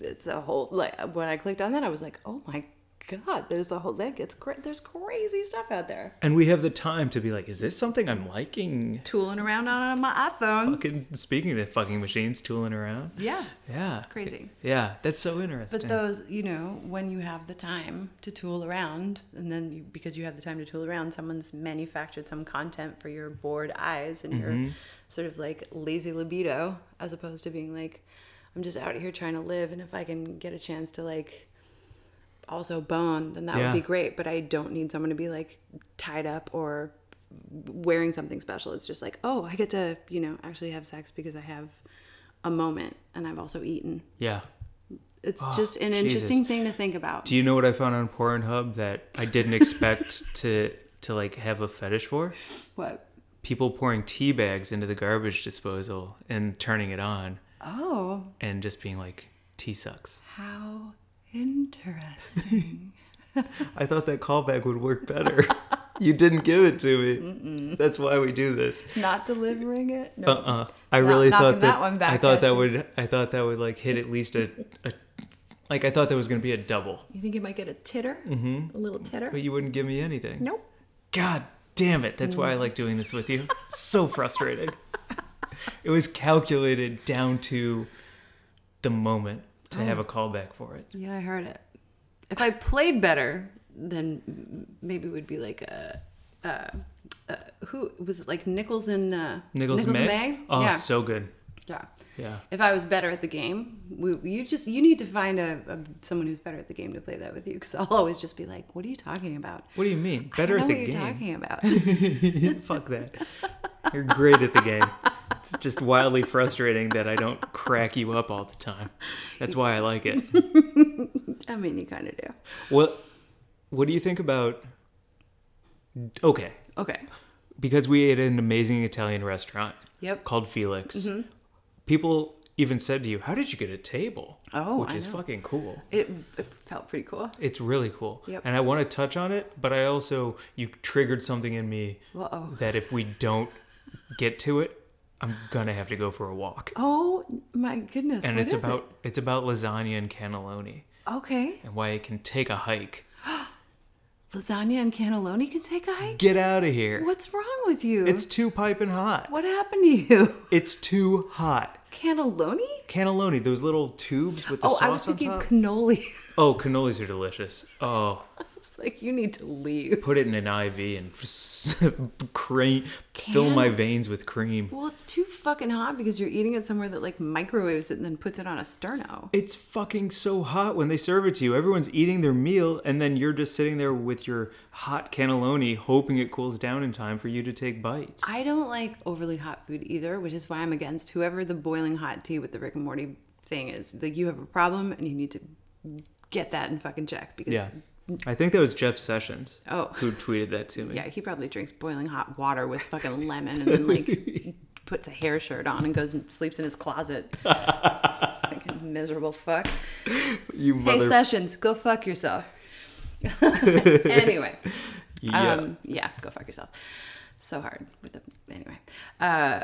Speaker 2: It's a whole like when I clicked on that, I was like, oh my god, there's a whole like it's great. There's crazy stuff out there.
Speaker 3: And we have the time to be like, is this something I'm liking?
Speaker 2: Tooling around on my iPhone.
Speaker 3: Fucking speaking of fucking machines, tooling around.
Speaker 2: Yeah.
Speaker 3: Yeah.
Speaker 2: Crazy.
Speaker 3: Yeah, that's so interesting.
Speaker 2: But those, you know, when you have the time to tool around, and then you, because you have the time to tool around, someone's manufactured some content for your bored eyes and
Speaker 3: Mm-hmm.
Speaker 2: your sort of like lazy libido, as opposed to being like, I'm just out here trying to live, and if I can get a chance to like also bone, then that
Speaker 3: Yeah.
Speaker 2: would be great. But I don't need someone to be like tied up or wearing something special. It's just like, oh, I get to, you know, actually have sex because I have a moment and I've also eaten.
Speaker 3: yeah.
Speaker 2: It's just an
Speaker 3: Jesus.
Speaker 2: interesting thing to think about.
Speaker 3: Do you know what I found on Pornhub that I didn't expect to to like have a fetish for?
Speaker 2: what?
Speaker 3: People pouring tea bags into the garbage disposal and turning it on
Speaker 2: Oh,
Speaker 3: and just being like, "Tea sucks."
Speaker 2: how interesting.
Speaker 3: I thought that callback would work better. you didn't give it to me. That's why we do this.
Speaker 2: Not delivering it? No.
Speaker 3: Uh uh I
Speaker 2: Uh-uh.
Speaker 3: really
Speaker 2: knocking
Speaker 3: thought that,
Speaker 2: that one back
Speaker 3: I thought
Speaker 2: at
Speaker 3: that
Speaker 2: you.
Speaker 3: would I thought that would like hit at least a, a like I thought that was gonna be a double,
Speaker 2: You think you might get a titter? Mm-hmm. A little titter?
Speaker 3: but you wouldn't give me anything.
Speaker 2: Nope.
Speaker 3: God damn it. That's why I like doing this with you. So frustrated. it was calculated down to the moment
Speaker 2: Oh.
Speaker 3: to have a callback for it.
Speaker 2: Yeah, I heard it. If I played better, then m- maybe it would be like a. Uh, uh, who was it like Nichols and uh,
Speaker 3: Nichols, May? Oh,
Speaker 2: yeah,
Speaker 3: so good.
Speaker 2: yeah.
Speaker 3: Yeah.
Speaker 2: If I was better at the game, we, you just you need to find a, a someone who's better at the game to play that with you because I'll always just be like, "What are you talking about?"
Speaker 3: What do you mean? Better
Speaker 2: I don't
Speaker 3: at the
Speaker 2: know what you're
Speaker 3: game.
Speaker 2: talking about.
Speaker 3: Fuck that. You're great at the game. It's just wildly frustrating that I don't crack you up all the time. That's why I like it.
Speaker 2: I mean, you kind of do.
Speaker 3: What what do you think about Okay.
Speaker 2: Okay.
Speaker 3: because we ate at an amazing Italian restaurant.
Speaker 2: Yep. Mm-hmm.
Speaker 3: Called Felix. People even said to you, "How did you get a table?"
Speaker 2: Oh,
Speaker 3: which
Speaker 2: I
Speaker 3: is
Speaker 2: know.
Speaker 3: fucking cool.
Speaker 2: It, it felt pretty cool.
Speaker 3: It's really cool.
Speaker 2: Yep.
Speaker 3: And I want to touch on it, but I also you triggered something in me
Speaker 2: Uh-oh.
Speaker 3: that if we don't get to it, I'm gonna have to go for a walk.
Speaker 2: Oh my goodness.
Speaker 3: and
Speaker 2: what
Speaker 3: it's
Speaker 2: is it?
Speaker 3: about it's about lasagna and cannelloni
Speaker 2: Okay.
Speaker 3: and why it can take a hike.
Speaker 2: Lasagna and cannelloni can take a hike?
Speaker 3: Get out of here.
Speaker 2: What's wrong with you?
Speaker 3: It's too piping hot.
Speaker 2: What happened to you?
Speaker 3: It's too hot.
Speaker 2: Cannelloni?
Speaker 3: Cannelloni, those little tubes with the
Speaker 2: Oh,
Speaker 3: sauce
Speaker 2: I was
Speaker 3: on
Speaker 2: thinking
Speaker 3: top.
Speaker 2: cannoli.
Speaker 3: Oh, cannolis are delicious. Oh,
Speaker 2: It's like you need to leave.
Speaker 3: Put it in an IV and cream, fill
Speaker 2: Can-
Speaker 3: my veins with cream.
Speaker 2: Well, it's too fucking hot because you're eating it somewhere that like microwaves it and then puts it on a sterno.
Speaker 3: It's fucking so hot when they serve it to you. Everyone's eating their meal, and then you're just sitting there with your hot cannelloni, hoping it cools down in time for you to take bites.
Speaker 2: I don't like overly hot food either, which is why I'm against whoever the boiling hot tea with the Rick and Morty thing is. Like you have a problem and you need to get that in fucking check because
Speaker 3: yeah, I think that was Jeff Sessions.
Speaker 2: Oh.
Speaker 3: who tweeted that to me?
Speaker 2: Yeah, he probably drinks boiling hot water with fucking lemon and then like puts a hair shirt on and goes and sleeps in his closet. fucking miserable fuck.
Speaker 3: you
Speaker 2: Hey
Speaker 3: mother.
Speaker 2: Sessions, go fuck yourself. anyway.
Speaker 3: yeah.
Speaker 2: Um, yeah, go fuck yourself. So hard with the anyway. Uh,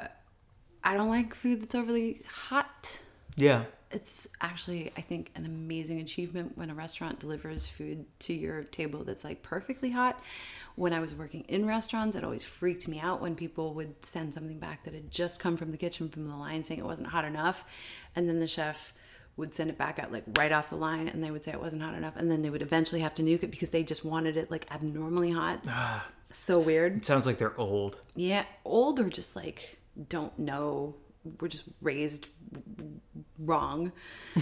Speaker 2: I don't like food that's overly hot.
Speaker 3: yeah.
Speaker 2: It's actually, I think, an amazing achievement when a restaurant delivers food to your table that's like perfectly hot. When I was working in restaurants, it always freaked me out when people would send something back that had just come from the kitchen from the line saying it wasn't hot enough. And then the chef would send it back out like right off the line and they would say it wasn't hot enough. And then they would eventually have to nuke it because they just wanted it like abnormally hot. so weird.
Speaker 3: It sounds like they're old.
Speaker 2: Yeah, old or just like don't know. We're just raised wrong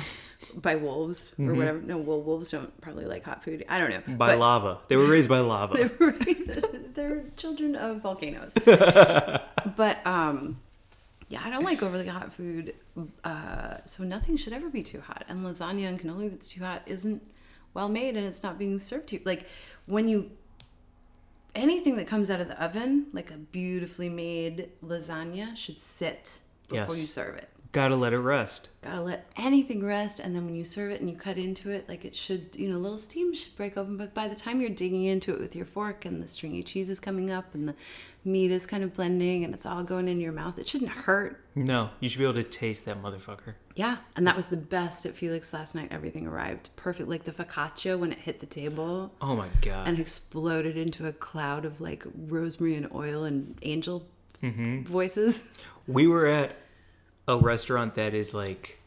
Speaker 2: by wolves or whatever. No, well, wolves don't probably like hot food. I don't know.
Speaker 3: By
Speaker 2: But
Speaker 3: lava. They were raised by lava.
Speaker 2: they're, they're children of volcanoes. but um, yeah, I don't like overly hot food. Uh, so nothing should ever be too hot. And lasagna and cannoli that's too hot isn't well made, and it's not being served to you. Like when you anything that comes out of the oven, like a beautifully made lasagna, should sit before
Speaker 3: Yes.
Speaker 2: you serve it.
Speaker 3: Gotta let it rest.
Speaker 2: Gotta let anything rest, and then when you serve it and you cut into it, like it should, you know, little steam should break open. But by the time you're digging into it with your fork and the stringy cheese is coming up and the meat is kind of blending and it's all going into your mouth, it shouldn't hurt.
Speaker 3: No, you should be able to taste that motherfucker.
Speaker 2: Yeah, and that was the best at Felix last night. Everything arrived perfect, like the focaccia when it hit the table
Speaker 3: Oh my god.
Speaker 2: and exploded into a cloud of like rosemary and oil and angel voices.
Speaker 3: we were at a restaurant that is like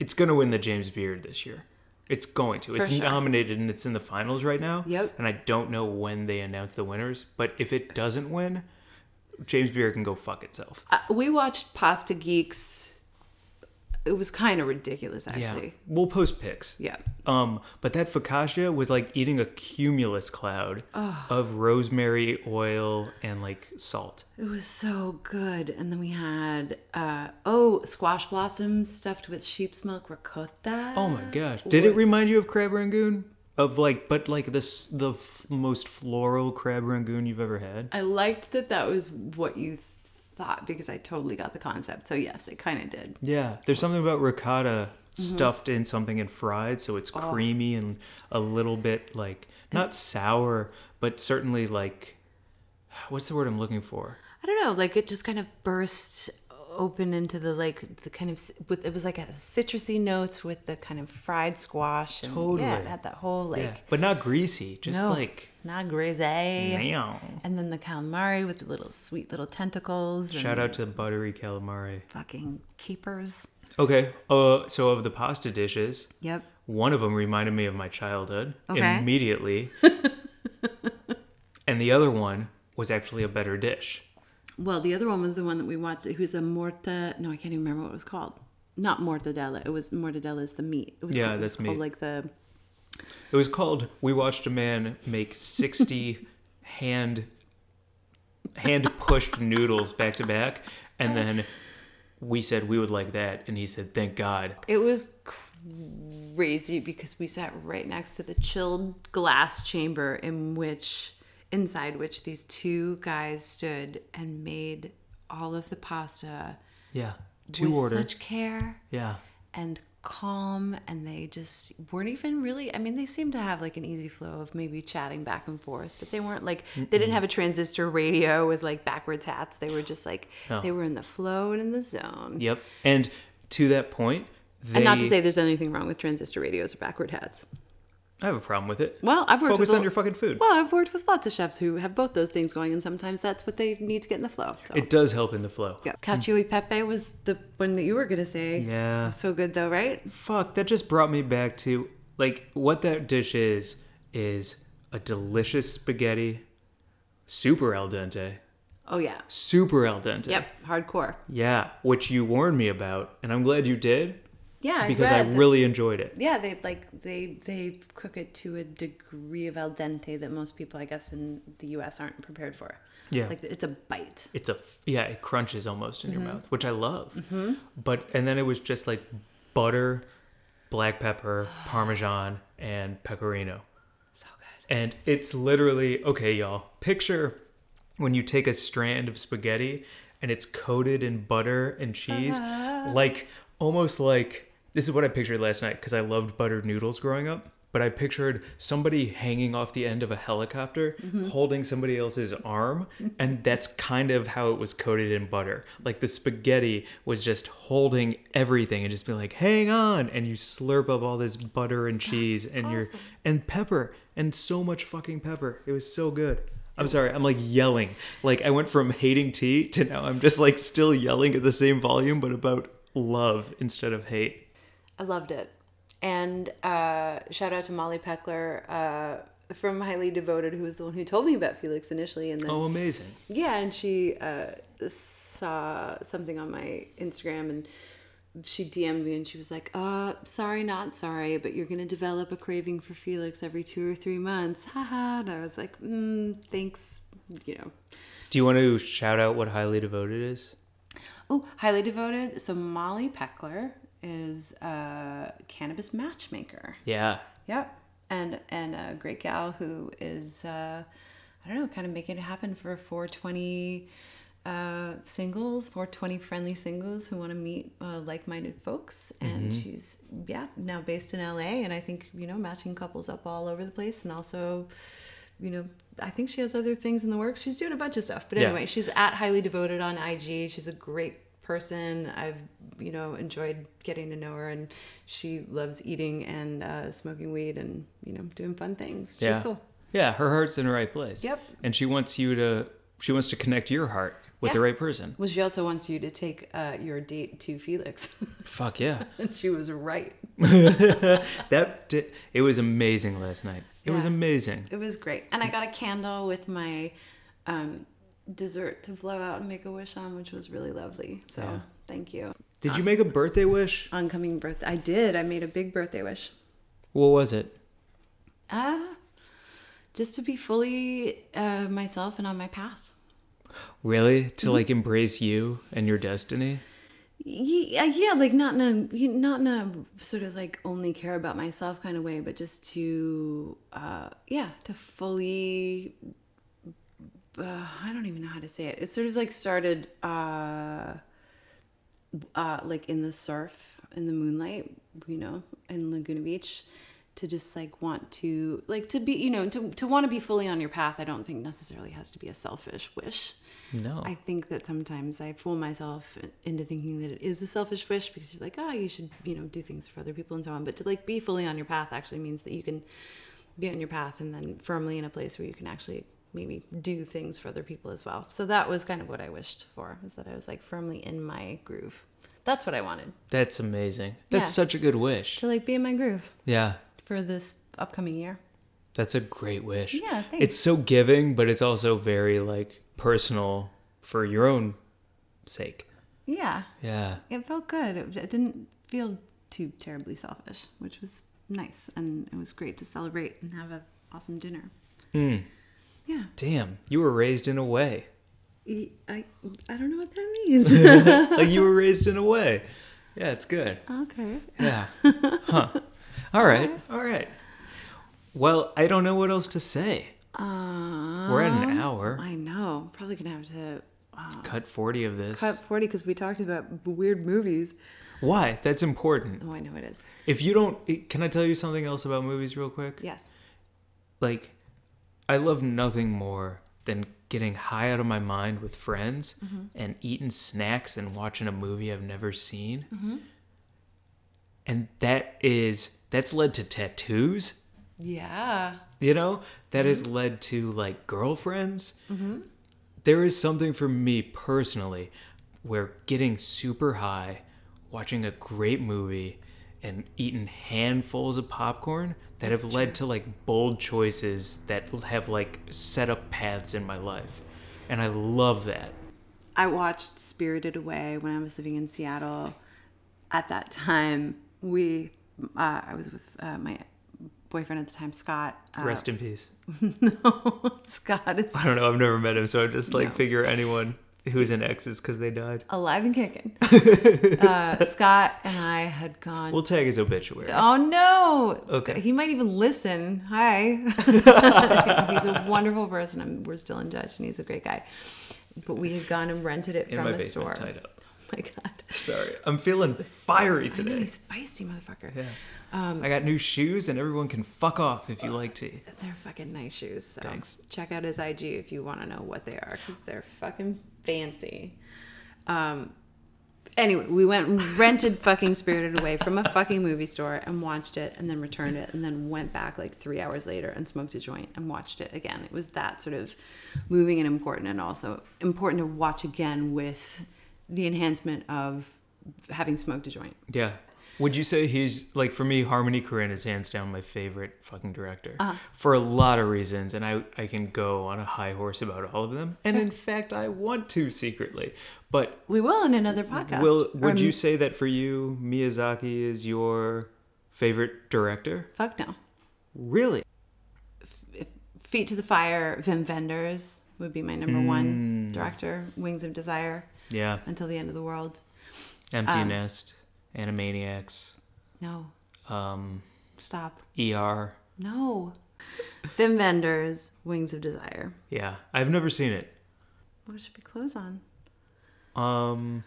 Speaker 3: it's gonna win the James Beard this year. It's going to. it's
Speaker 2: sure.
Speaker 3: nominated and it's in the finals right now.
Speaker 2: Yep.
Speaker 3: And I don't know when they announce the winners, but if it doesn't win, James Beard can go fuck itself.
Speaker 2: Uh, we watched Pasta Geeks. It was kind of ridiculous, actually.
Speaker 3: We'll post pics.
Speaker 2: Yeah.
Speaker 3: Um, but that focaccia was like eating a cumulus cloud of rosemary oil and like salt.
Speaker 2: It was so good. And then we had, uh, oh, squash blossoms stuffed with sheep's milk ricotta.
Speaker 3: Oh my gosh! Did it remind you of crab rangoon? Of like, but like this the f- most floral crab rangoon you've ever had.
Speaker 2: I liked that that was what you thought because I totally got the concept. So, yes, it kind of did.
Speaker 3: Yeah, there's something about ricotta stuffed in something and fried, so it's creamy and a little bit like not sour, but certainly like what's the word I'm looking for?
Speaker 2: I don't know, like it just kind of burst open into the like the kind of c- with it was like a citrusy notes with the kind of fried squash and yeah, it
Speaker 3: Totally.
Speaker 2: had that whole like
Speaker 3: Yeah, but not greasy, just
Speaker 2: no,
Speaker 3: like
Speaker 2: not grisé.
Speaker 3: meow.
Speaker 2: And then the calamari with the little sweet little tentacles. and
Speaker 3: Shout out to buttery calamari.
Speaker 2: Fucking capers.
Speaker 3: Okay, uh, so of the pasta dishes,
Speaker 2: Yep.
Speaker 3: One of them reminded me of my childhood
Speaker 2: Okay.
Speaker 3: immediately. and the other one was actually a better dish.
Speaker 2: Well, the other one was the one that we watched. It was a morta. No, I can't even remember what it was called. Not mortadella. It was mortadella is the meat. It was
Speaker 3: Yeah,
Speaker 2: it was
Speaker 3: that's
Speaker 2: called
Speaker 3: meat.
Speaker 2: like the
Speaker 3: It was called We Watched a Man Make 60 hand hand pushed noodles back to back
Speaker 2: Uh.
Speaker 3: and then we said we would like that and he said thank god.
Speaker 2: It was crazy because we sat right next to the chilled glass chamber in which inside which these two guys stood and made all of the pasta
Speaker 3: Yeah. Two
Speaker 2: with
Speaker 3: order.
Speaker 2: such care
Speaker 3: yeah.
Speaker 2: and calm and they just weren't even really I mean they seemed to have like an easy flow of maybe chatting back and forth but they weren't like they didn't have a transistor radio with like backwards hats they were just like
Speaker 3: No.
Speaker 2: they were in the flow and in the zone
Speaker 3: Yep. And to that point, they,
Speaker 2: and not to say there's anything wrong with transistor radios or backward hats
Speaker 3: I have a problem with it.
Speaker 2: Well, I've worked
Speaker 3: Focus
Speaker 2: with a-
Speaker 3: on your fucking food.
Speaker 2: Well, I've worked with lots of chefs who have both those things going, and sometimes that's what they need to get in the flow. So.
Speaker 3: it Mm. does help in the flow.
Speaker 2: yeah. Cacio e pepe was the one that you were gonna say.
Speaker 3: Yeah.
Speaker 2: so good though, right?
Speaker 3: fuck that just brought me back to like what that dish is is a delicious spaghetti, super al dente,
Speaker 2: Oh yeah.
Speaker 3: super al dente.
Speaker 2: Yep. Hardcore.
Speaker 3: Yeah, which you warned me about, and I'm glad you did
Speaker 2: Yeah. I
Speaker 3: because I
Speaker 2: read that-
Speaker 3: really enjoyed it.
Speaker 2: yeah, they like they they cook it to a degree of al dente that most people, I guess, in the U.S. aren't prepared for.
Speaker 3: Yeah.
Speaker 2: like it's a bite.
Speaker 3: It's a yeah, it crunches almost in
Speaker 2: Mm-hmm.
Speaker 3: your mouth, which I love. But and then it was just like butter, black pepper, parmesan, and pecorino.
Speaker 2: So good.
Speaker 3: And it's literally okay, y'all. Picture when you take a strand of spaghetti and it's coated in butter and cheese, like almost like this is what I pictured last night because I loved buttered noodles growing up. But I pictured somebody hanging off the end of a helicopter, holding somebody else's arm, and that's kind of how it was coated in butter. Like the spaghetti was just holding everything and just being like, "Hang on!" and you slurp up all this butter and cheese and your and pepper and so much fucking pepper. It was so good. I'm sorry, I'm like yelling. Like I went from hating tea to now I'm just like still yelling at the same volume, but about love instead of hate.
Speaker 2: I loved it. And uh, shout out to Molly Peckler uh, from Highly Devoted, who was the one who told me about Felix initially, and then
Speaker 3: Oh, amazing.
Speaker 2: Yeah, and she uh, saw something on my Instagram and she DM'd me and she was like, uh, sorry, not sorry, but you're going to develop a craving for Felix every two or three months. Haha. And I was like, mm, thanks, you know.
Speaker 3: Do you want to shout out what highly devoted is?
Speaker 2: Oh, highly devoted. So Molly Peckler is a cannabis matchmaker.
Speaker 3: Yeah.
Speaker 2: Yep. And and a great gal who is uh, I don't know, kind of making it happen for 420 uh, singles, 420 friendly singles who want to meet uh, like-minded folks. And she's yeah now based in LA, and I think you know matching couples up all over the place, and also. You know, I think she has other things in the works. She's doing a bunch of stuff. But
Speaker 3: Yeah.
Speaker 2: anyway, she's at highly devoted on IG. She's a great person. I've you know enjoyed getting to know her, and she loves eating and uh, smoking weed and you know doing fun things. She's
Speaker 3: yeah.
Speaker 2: cool.
Speaker 3: Yeah, her heart's in the right place.
Speaker 2: Yep.
Speaker 3: And she wants you to she wants to connect your heart with the
Speaker 2: Yeah.
Speaker 3: right person.
Speaker 2: Well, she also wants you to take uh, your date to Felix,
Speaker 3: Fuck yeah.
Speaker 2: and she was right.
Speaker 3: that di it was amazing last night. It was
Speaker 2: Yeah.
Speaker 3: amazing.
Speaker 2: It was great, and I got a candle with my um, dessert to blow out and make a wish on, which was really lovely. So
Speaker 3: Yeah.
Speaker 2: thank you.
Speaker 3: Did you
Speaker 2: Uh.
Speaker 3: make a birthday wish?
Speaker 2: Oncoming birthday, I did. I made a big birthday wish.
Speaker 3: What was it?
Speaker 2: Uh, just to be fully uh, myself and on my path.
Speaker 3: Really?
Speaker 2: Mm-hmm.
Speaker 3: To like embrace you and your destiny?
Speaker 2: Yeah, uh, yeah, like not in a not in a sort of like only care about myself kind of way, but just to uh, yeah, to fully. Uh, I don't even know how to say it. It sort of like started uh, uh, like in the surf in the moonlight, you know, in Laguna Beach, to just like want to like to be you know to to want to be fully on your path. I don't think necessarily has to be a selfish wish.
Speaker 3: No.
Speaker 2: I think that sometimes I fool myself into thinking that it is a selfish wish because you're like, oh, you should, you know, do things for other people and so on. But to like be fully on your path actually means that you can be on your path and then firmly in a place where you can actually maybe do things for other people as well. So that was kind of what I wished for, is that I was like firmly in my groove. That's what I wanted
Speaker 3: That's amazing. That's
Speaker 2: Yeah.
Speaker 3: such a good wish.
Speaker 2: to like be in my groove
Speaker 3: Yeah.
Speaker 2: for this upcoming year.
Speaker 3: That's a great wish.
Speaker 2: Yeah, thanks.
Speaker 3: It's so giving, but it's also very like personal for your own sake.
Speaker 2: Yeah,
Speaker 3: Yeah.
Speaker 2: it felt good. It, it didn't feel too terribly selfish, which was nice, and it was great to celebrate and have an awesome dinner. Yeah,
Speaker 3: Damn, you were raised in a way.
Speaker 2: E- I I don't know what that means.
Speaker 3: Like you were raised in a way. Yeah, it's good.
Speaker 2: okay,
Speaker 3: Yeah. Huh. All right. All right. Well, I don't know what else to say. We're at an hour.
Speaker 2: I know. Probably gonna have to
Speaker 3: Cut 40 of this.
Speaker 2: cut forty because we talked about b- weird movies.
Speaker 3: Why? That's important.
Speaker 2: Oh, I know it is.
Speaker 3: If you don't, can I tell you something else about movies real quick?
Speaker 2: Yes.
Speaker 3: like I love nothing more than getting high out of my mind with friends and eating snacks and watching a movie I've never seen. And that is that's led to tattoos,
Speaker 2: Yeah.
Speaker 3: you know? That has led to like girlfriends. There is something for me personally where getting super high, watching a great movie and eaten handfuls of popcorn that have led to like bold choices that have like set up paths in my life. And I love that.
Speaker 2: I watched Spirited Away when I was living in Seattle. At that time, we uh, I was with uh, my boyfriend at the time, Scott. Uh,
Speaker 3: Rest in peace.
Speaker 2: no, Scott is
Speaker 3: I don't know. I've never met him, so I just like figure anyone who's an ex is because they died.
Speaker 2: alive and kicking. uh, Scott and I had gone.
Speaker 3: We'll tag his obituary.
Speaker 2: Oh no!
Speaker 3: Okay.
Speaker 2: He might even listen. Hi. he's a wonderful person. I'm, we're still in touch, and he's a great guy. But we had gone and rented it
Speaker 3: in
Speaker 2: from
Speaker 3: my
Speaker 2: a
Speaker 3: basement,
Speaker 2: store.
Speaker 3: tied up.
Speaker 2: Oh my god!
Speaker 3: Sorry, I'm feeling fiery
Speaker 2: I know
Speaker 3: today.
Speaker 2: he's feisty, motherfucker.
Speaker 3: Yeah. I got new shoes, and everyone can fuck off if you like to.
Speaker 2: They're fucking nice shoes. So
Speaker 3: Thanks.
Speaker 2: check out his IG if you want to know what they are because they're fucking fancy. Um, anyway, we went and rented fucking Spirited Away from a fucking movie store and watched it and then returned it and then went back like three hours later and smoked a joint and watched it again. It was that sort of moving and important and also important to watch again with the enhancement of having smoked a joint.
Speaker 3: Yeah. Would you say he's like for me, Harmony Korine is hands down my favorite fucking director for a lot of reasons, and I I can go on a high horse about all of them, and in fact I want to secretly, but
Speaker 2: We will in another podcast.
Speaker 3: will
Speaker 2: Or
Speaker 3: would you say that for you Miyazaki is your favorite director?
Speaker 2: Fuck no.
Speaker 3: Really?
Speaker 2: Feet to the Fire, Vim Vendors would be my number one director. Wings of Desire,
Speaker 3: Yeah.
Speaker 2: Until the End of the World.
Speaker 3: Empty Nest, Animaniacs,
Speaker 2: No,
Speaker 3: um,
Speaker 2: stop.
Speaker 3: ER.
Speaker 2: No. Vim Vendors, Wings of Desire.
Speaker 3: Yeah, I've never seen it.
Speaker 2: What should we close on?
Speaker 3: Um,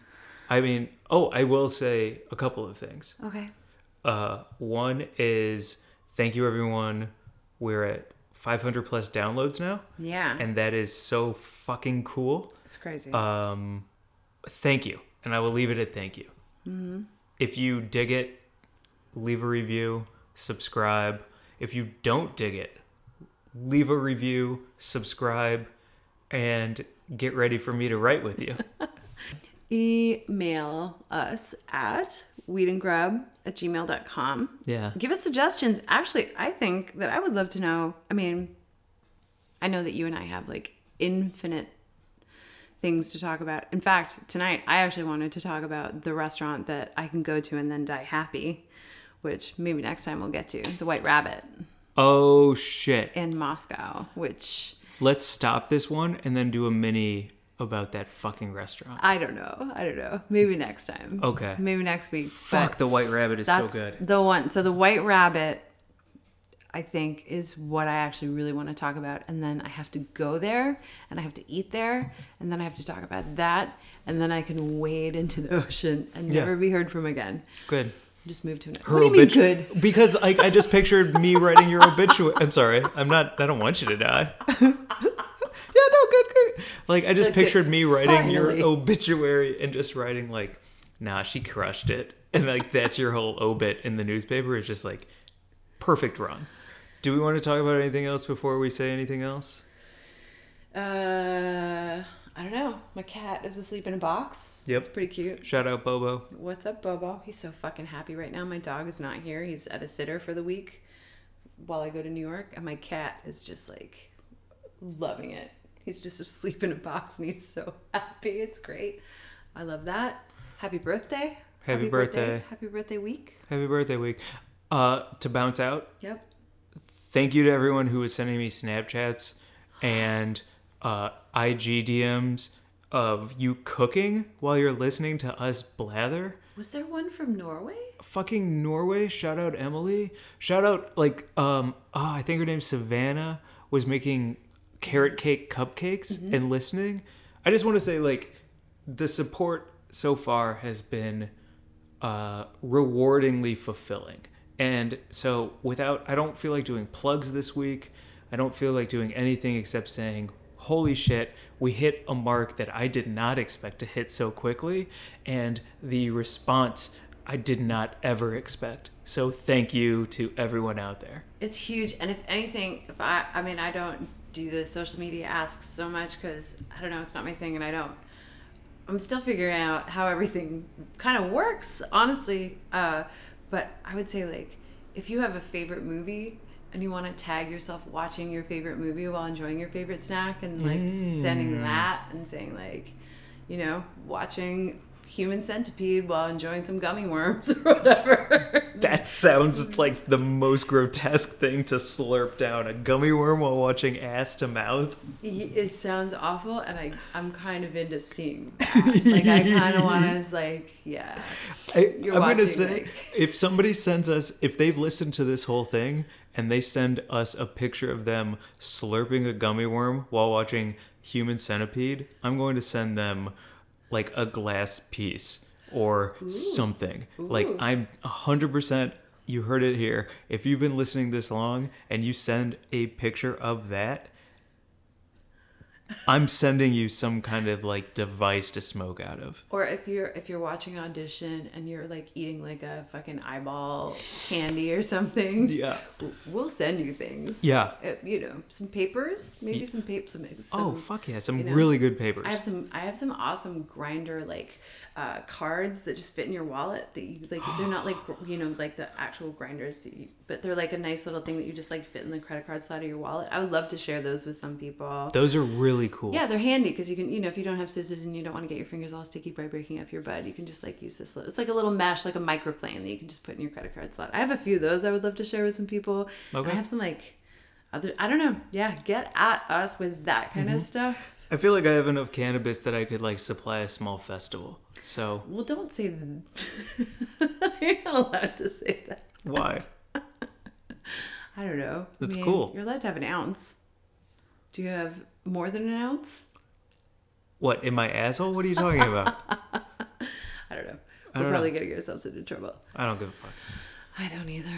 Speaker 3: I mean, oh, I will say a couple of things.
Speaker 2: Okay.
Speaker 3: Uh, one is thank you everyone. We're at 500 plus downloads now,
Speaker 2: Yeah.
Speaker 3: and that is so fucking cool.
Speaker 2: it's crazy.
Speaker 3: Um, thank you, and I will leave it at thank you. If you dig it, leave a review, subscribe. If you don't dig it, leave a review, subscribe, and get ready for me to write with you.
Speaker 2: Email us at weedandgrub at gmail.com.
Speaker 3: Yeah.
Speaker 2: Give us suggestions. Actually, I think that I would love to know. I mean, I know that you and I have like infinite things to talk about. In fact, tonight I actually wanted to talk about the restaurant that I can go to and then die happy, which maybe next time we'll get to the White Rabbit
Speaker 3: Oh shit.
Speaker 2: in Moscow, which
Speaker 3: Let's stop this one and then do a mini about that fucking restaurant.
Speaker 2: I don't know. I don't know. Maybe next time.
Speaker 3: Okay.
Speaker 2: Maybe next week.
Speaker 3: Fuck,
Speaker 2: but-
Speaker 3: the White Rabbit is so good.
Speaker 2: The one. So the White Rabbit, I think, is what I actually really want to talk about. And then I have to go there, and I have to eat there, and then I have to talk about that, and then I can wade into the ocean and
Speaker 3: Yeah.
Speaker 2: never be heard from again.
Speaker 3: Good.
Speaker 2: Just move to another. what do you mean
Speaker 3: obitu-
Speaker 2: good?
Speaker 3: Because I, I just pictured me writing your obituary. I'm sorry. I'm not. I don't want you to die. yeah, no, good, good. Like I just
Speaker 2: Okay,
Speaker 3: pictured me writing
Speaker 2: finally.
Speaker 3: your obituary and just writing like, nah, she crushed it, and like that's your whole obit in the newspaper is just like, perfect run. Do we want to talk about anything else before we say anything else?
Speaker 2: Uh, I don't know. My cat is asleep in a box.
Speaker 3: Yep.
Speaker 2: It's pretty cute.
Speaker 3: Shout out Bobo.
Speaker 2: What's up, Bobo? He's so fucking happy right now. My dog is not here. He's at a sitter for the week while I go to New York, and my cat is just like loving it. He's just asleep in a box and he's so happy. It's great. I love that. Happy birthday.
Speaker 3: Happy birthday.
Speaker 2: Happy birthday week.
Speaker 3: Happy birthday week. Uh, to bounce out,
Speaker 2: Yep.
Speaker 3: thank you to everyone who was sending me Snapchats and uh, IG DMs of you cooking while you're listening to us blather.
Speaker 2: Was there one from Norway?
Speaker 3: Fucking Norway. Shout out Emily. Shout out, like, um, oh, I think her name's Savannah was making carrot cake cupcakes and listening. I just want to say, like, the support so far has been uh, rewardingly fulfilling. And so, without, I don't feel like doing plugs this week. I don't feel like doing anything except saying, holy shit, we hit a mark that I did not expect to hit so quickly. And the response I did not ever expect. So, thank you to everyone out there.
Speaker 2: It's huge. And if anything, if I, I mean, I don't do the social media asks so much because I don't know, it's not my thing, and I don't. I'm still figuring out how everything kind of works, honestly. Uh, But I would say like if you have a favorite movie and you want to tag yourself watching your favorite movie while enjoying your favorite snack and like sending that and saying like, you know, watching Human Centipede while enjoying some gummy worms or whatever.
Speaker 3: That sounds like the most grotesque thing to slurp down a gummy worm while watching ass to mouth.
Speaker 2: it sounds awful and I I'm kind of into seeing that. Like I kind of want to like yeah.
Speaker 3: I,
Speaker 2: You're
Speaker 3: I'm
Speaker 2: watching,
Speaker 3: gonna say
Speaker 2: like-
Speaker 3: if somebody sends us if they've listened to this whole thing and they send us a picture of them slurping a gummy worm while watching Human Centipede, I'm going to send them like a glass piece or something. Like I'm 100% you heard it here. If you've been listening this long and you send a picture of that, I'm sending you some kind of like device to smoke out of.
Speaker 2: Or if you're if you're watching audition and you're like eating like a fucking eyeball candy or something,
Speaker 3: Yeah.
Speaker 2: w- we'll send you things.
Speaker 3: Yeah.
Speaker 2: Uh, you know, some papers, maybe some papers. Some, some,
Speaker 3: oh fuck yeah, some
Speaker 2: you know,
Speaker 3: really good papers.
Speaker 2: I have some. I have some awesome grinder like uh, cards that just fit in your wallet. That you like. They're not like gr- you know like the actual grinders, that you, but they're like a nice little thing that you just like fit in the credit card slot of your wallet. I would love to share those with some people.
Speaker 3: Those are really cool.
Speaker 2: Yeah, they're handy because you can, you know, if you don't have scissors and you don't want to get your fingers all sticky by breaking up your bud, you can just like use this. Little, it's like a little mesh, like a microplane that you can just put in your credit card slot. I have a few of those I would love to share with some people. And
Speaker 3: Okay.
Speaker 2: I have some like other, I don't know. Yeah, get at us with that kind of stuff.
Speaker 3: I feel like I have enough cannabis that I could like supply a small festival. So
Speaker 2: Well, don't say that. You're not allowed to say that.
Speaker 3: why?
Speaker 2: I don't know. I
Speaker 3: That's cool.
Speaker 2: You're allowed to have an ounce. Do you have more than an ounce?
Speaker 3: what in my asshole? What are you talking about?
Speaker 2: I don't know.
Speaker 3: I
Speaker 2: We're
Speaker 3: don't
Speaker 2: probably
Speaker 3: know.
Speaker 2: going to get ourselves into trouble.
Speaker 3: I don't give a fuck.
Speaker 2: I don't either.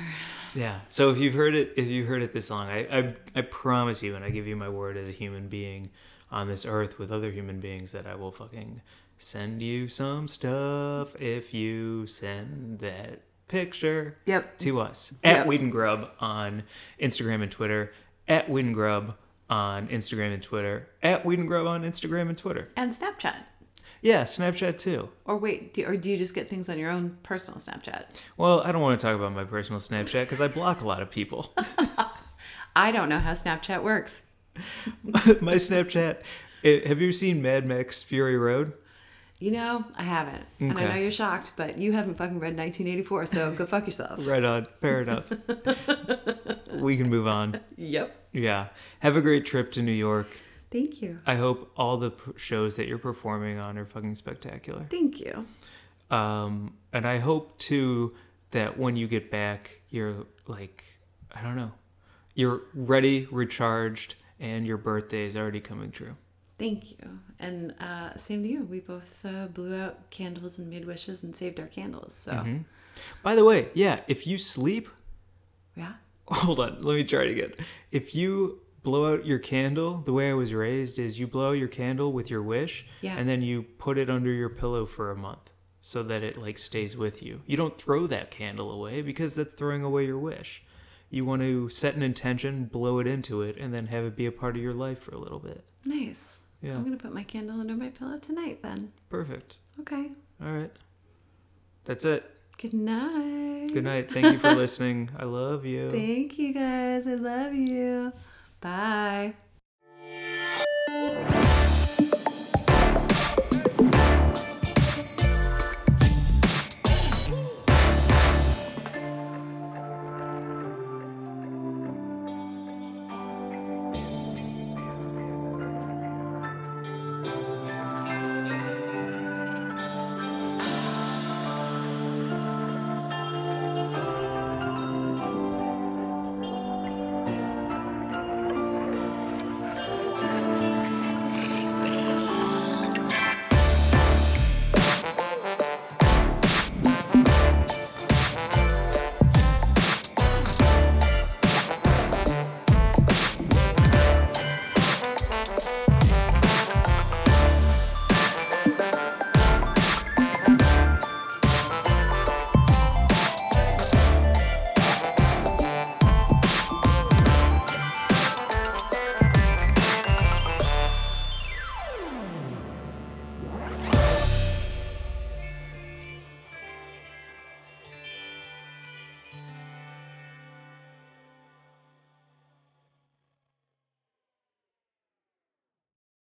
Speaker 3: Yeah. So if you've heard it, if you have heard it this long, I, I I promise you, and I give you my word as a human being on this earth with other human beings that I will fucking send you some stuff if you send that picture.
Speaker 2: Yep.
Speaker 3: to us at
Speaker 2: Yep.
Speaker 3: Weed and Grub on Instagram and Twitter, at Weed and Grub on Instagram and Twitter, at Weed and Grub on Instagram and Twitter.
Speaker 2: And Snapchat.
Speaker 3: Yeah, Snapchat too.
Speaker 2: Or wait, do, or do you just get things on your own personal Snapchat?
Speaker 3: Well, I don't want to talk about my personal Snapchat because I block a lot of people.
Speaker 2: I don't know how Snapchat works.
Speaker 3: my Snapchat. eh, have you seen Mad Max Fury Road?
Speaker 2: You know, I haven't. And I
Speaker 3: Okay.
Speaker 2: know you're shocked, but you haven't fucking read 1984, so go fuck yourself.
Speaker 3: Right on. Fair enough. we can move on.
Speaker 2: Yep.
Speaker 3: Yeah. Have a great trip to New York.
Speaker 2: Thank you.
Speaker 3: I hope all the p- shows that you're performing on are fucking spectacular.
Speaker 2: Thank you.
Speaker 3: um and i hope too that when you get back you're like i don't know you're ready recharged and your birthday is already coming true
Speaker 2: Thank you. And uh, same to you. We both uh, blew out candles and made wishes and saved our candles. So,
Speaker 3: Mm-hmm. by the way yeah if you sleep
Speaker 2: yeah.
Speaker 3: hold on let me try it again if you blow out your candle the way i was raised is you blow out your candle with your wish
Speaker 2: Yeah.
Speaker 3: and then you put it under your pillow for a month so that it like stays with you you don't throw that candle away because that's throwing away your wish you want to set an intention blow it into it and then have it be a part of your life for a little bit
Speaker 2: Nice.
Speaker 3: yeah
Speaker 2: I'm going to put my candle under my pillow tonight then.
Speaker 3: perfect
Speaker 2: Okay.
Speaker 3: all right that's it
Speaker 2: Good night.
Speaker 3: good night thank you for listening i love you
Speaker 2: Thank you guys. I love you. Bye.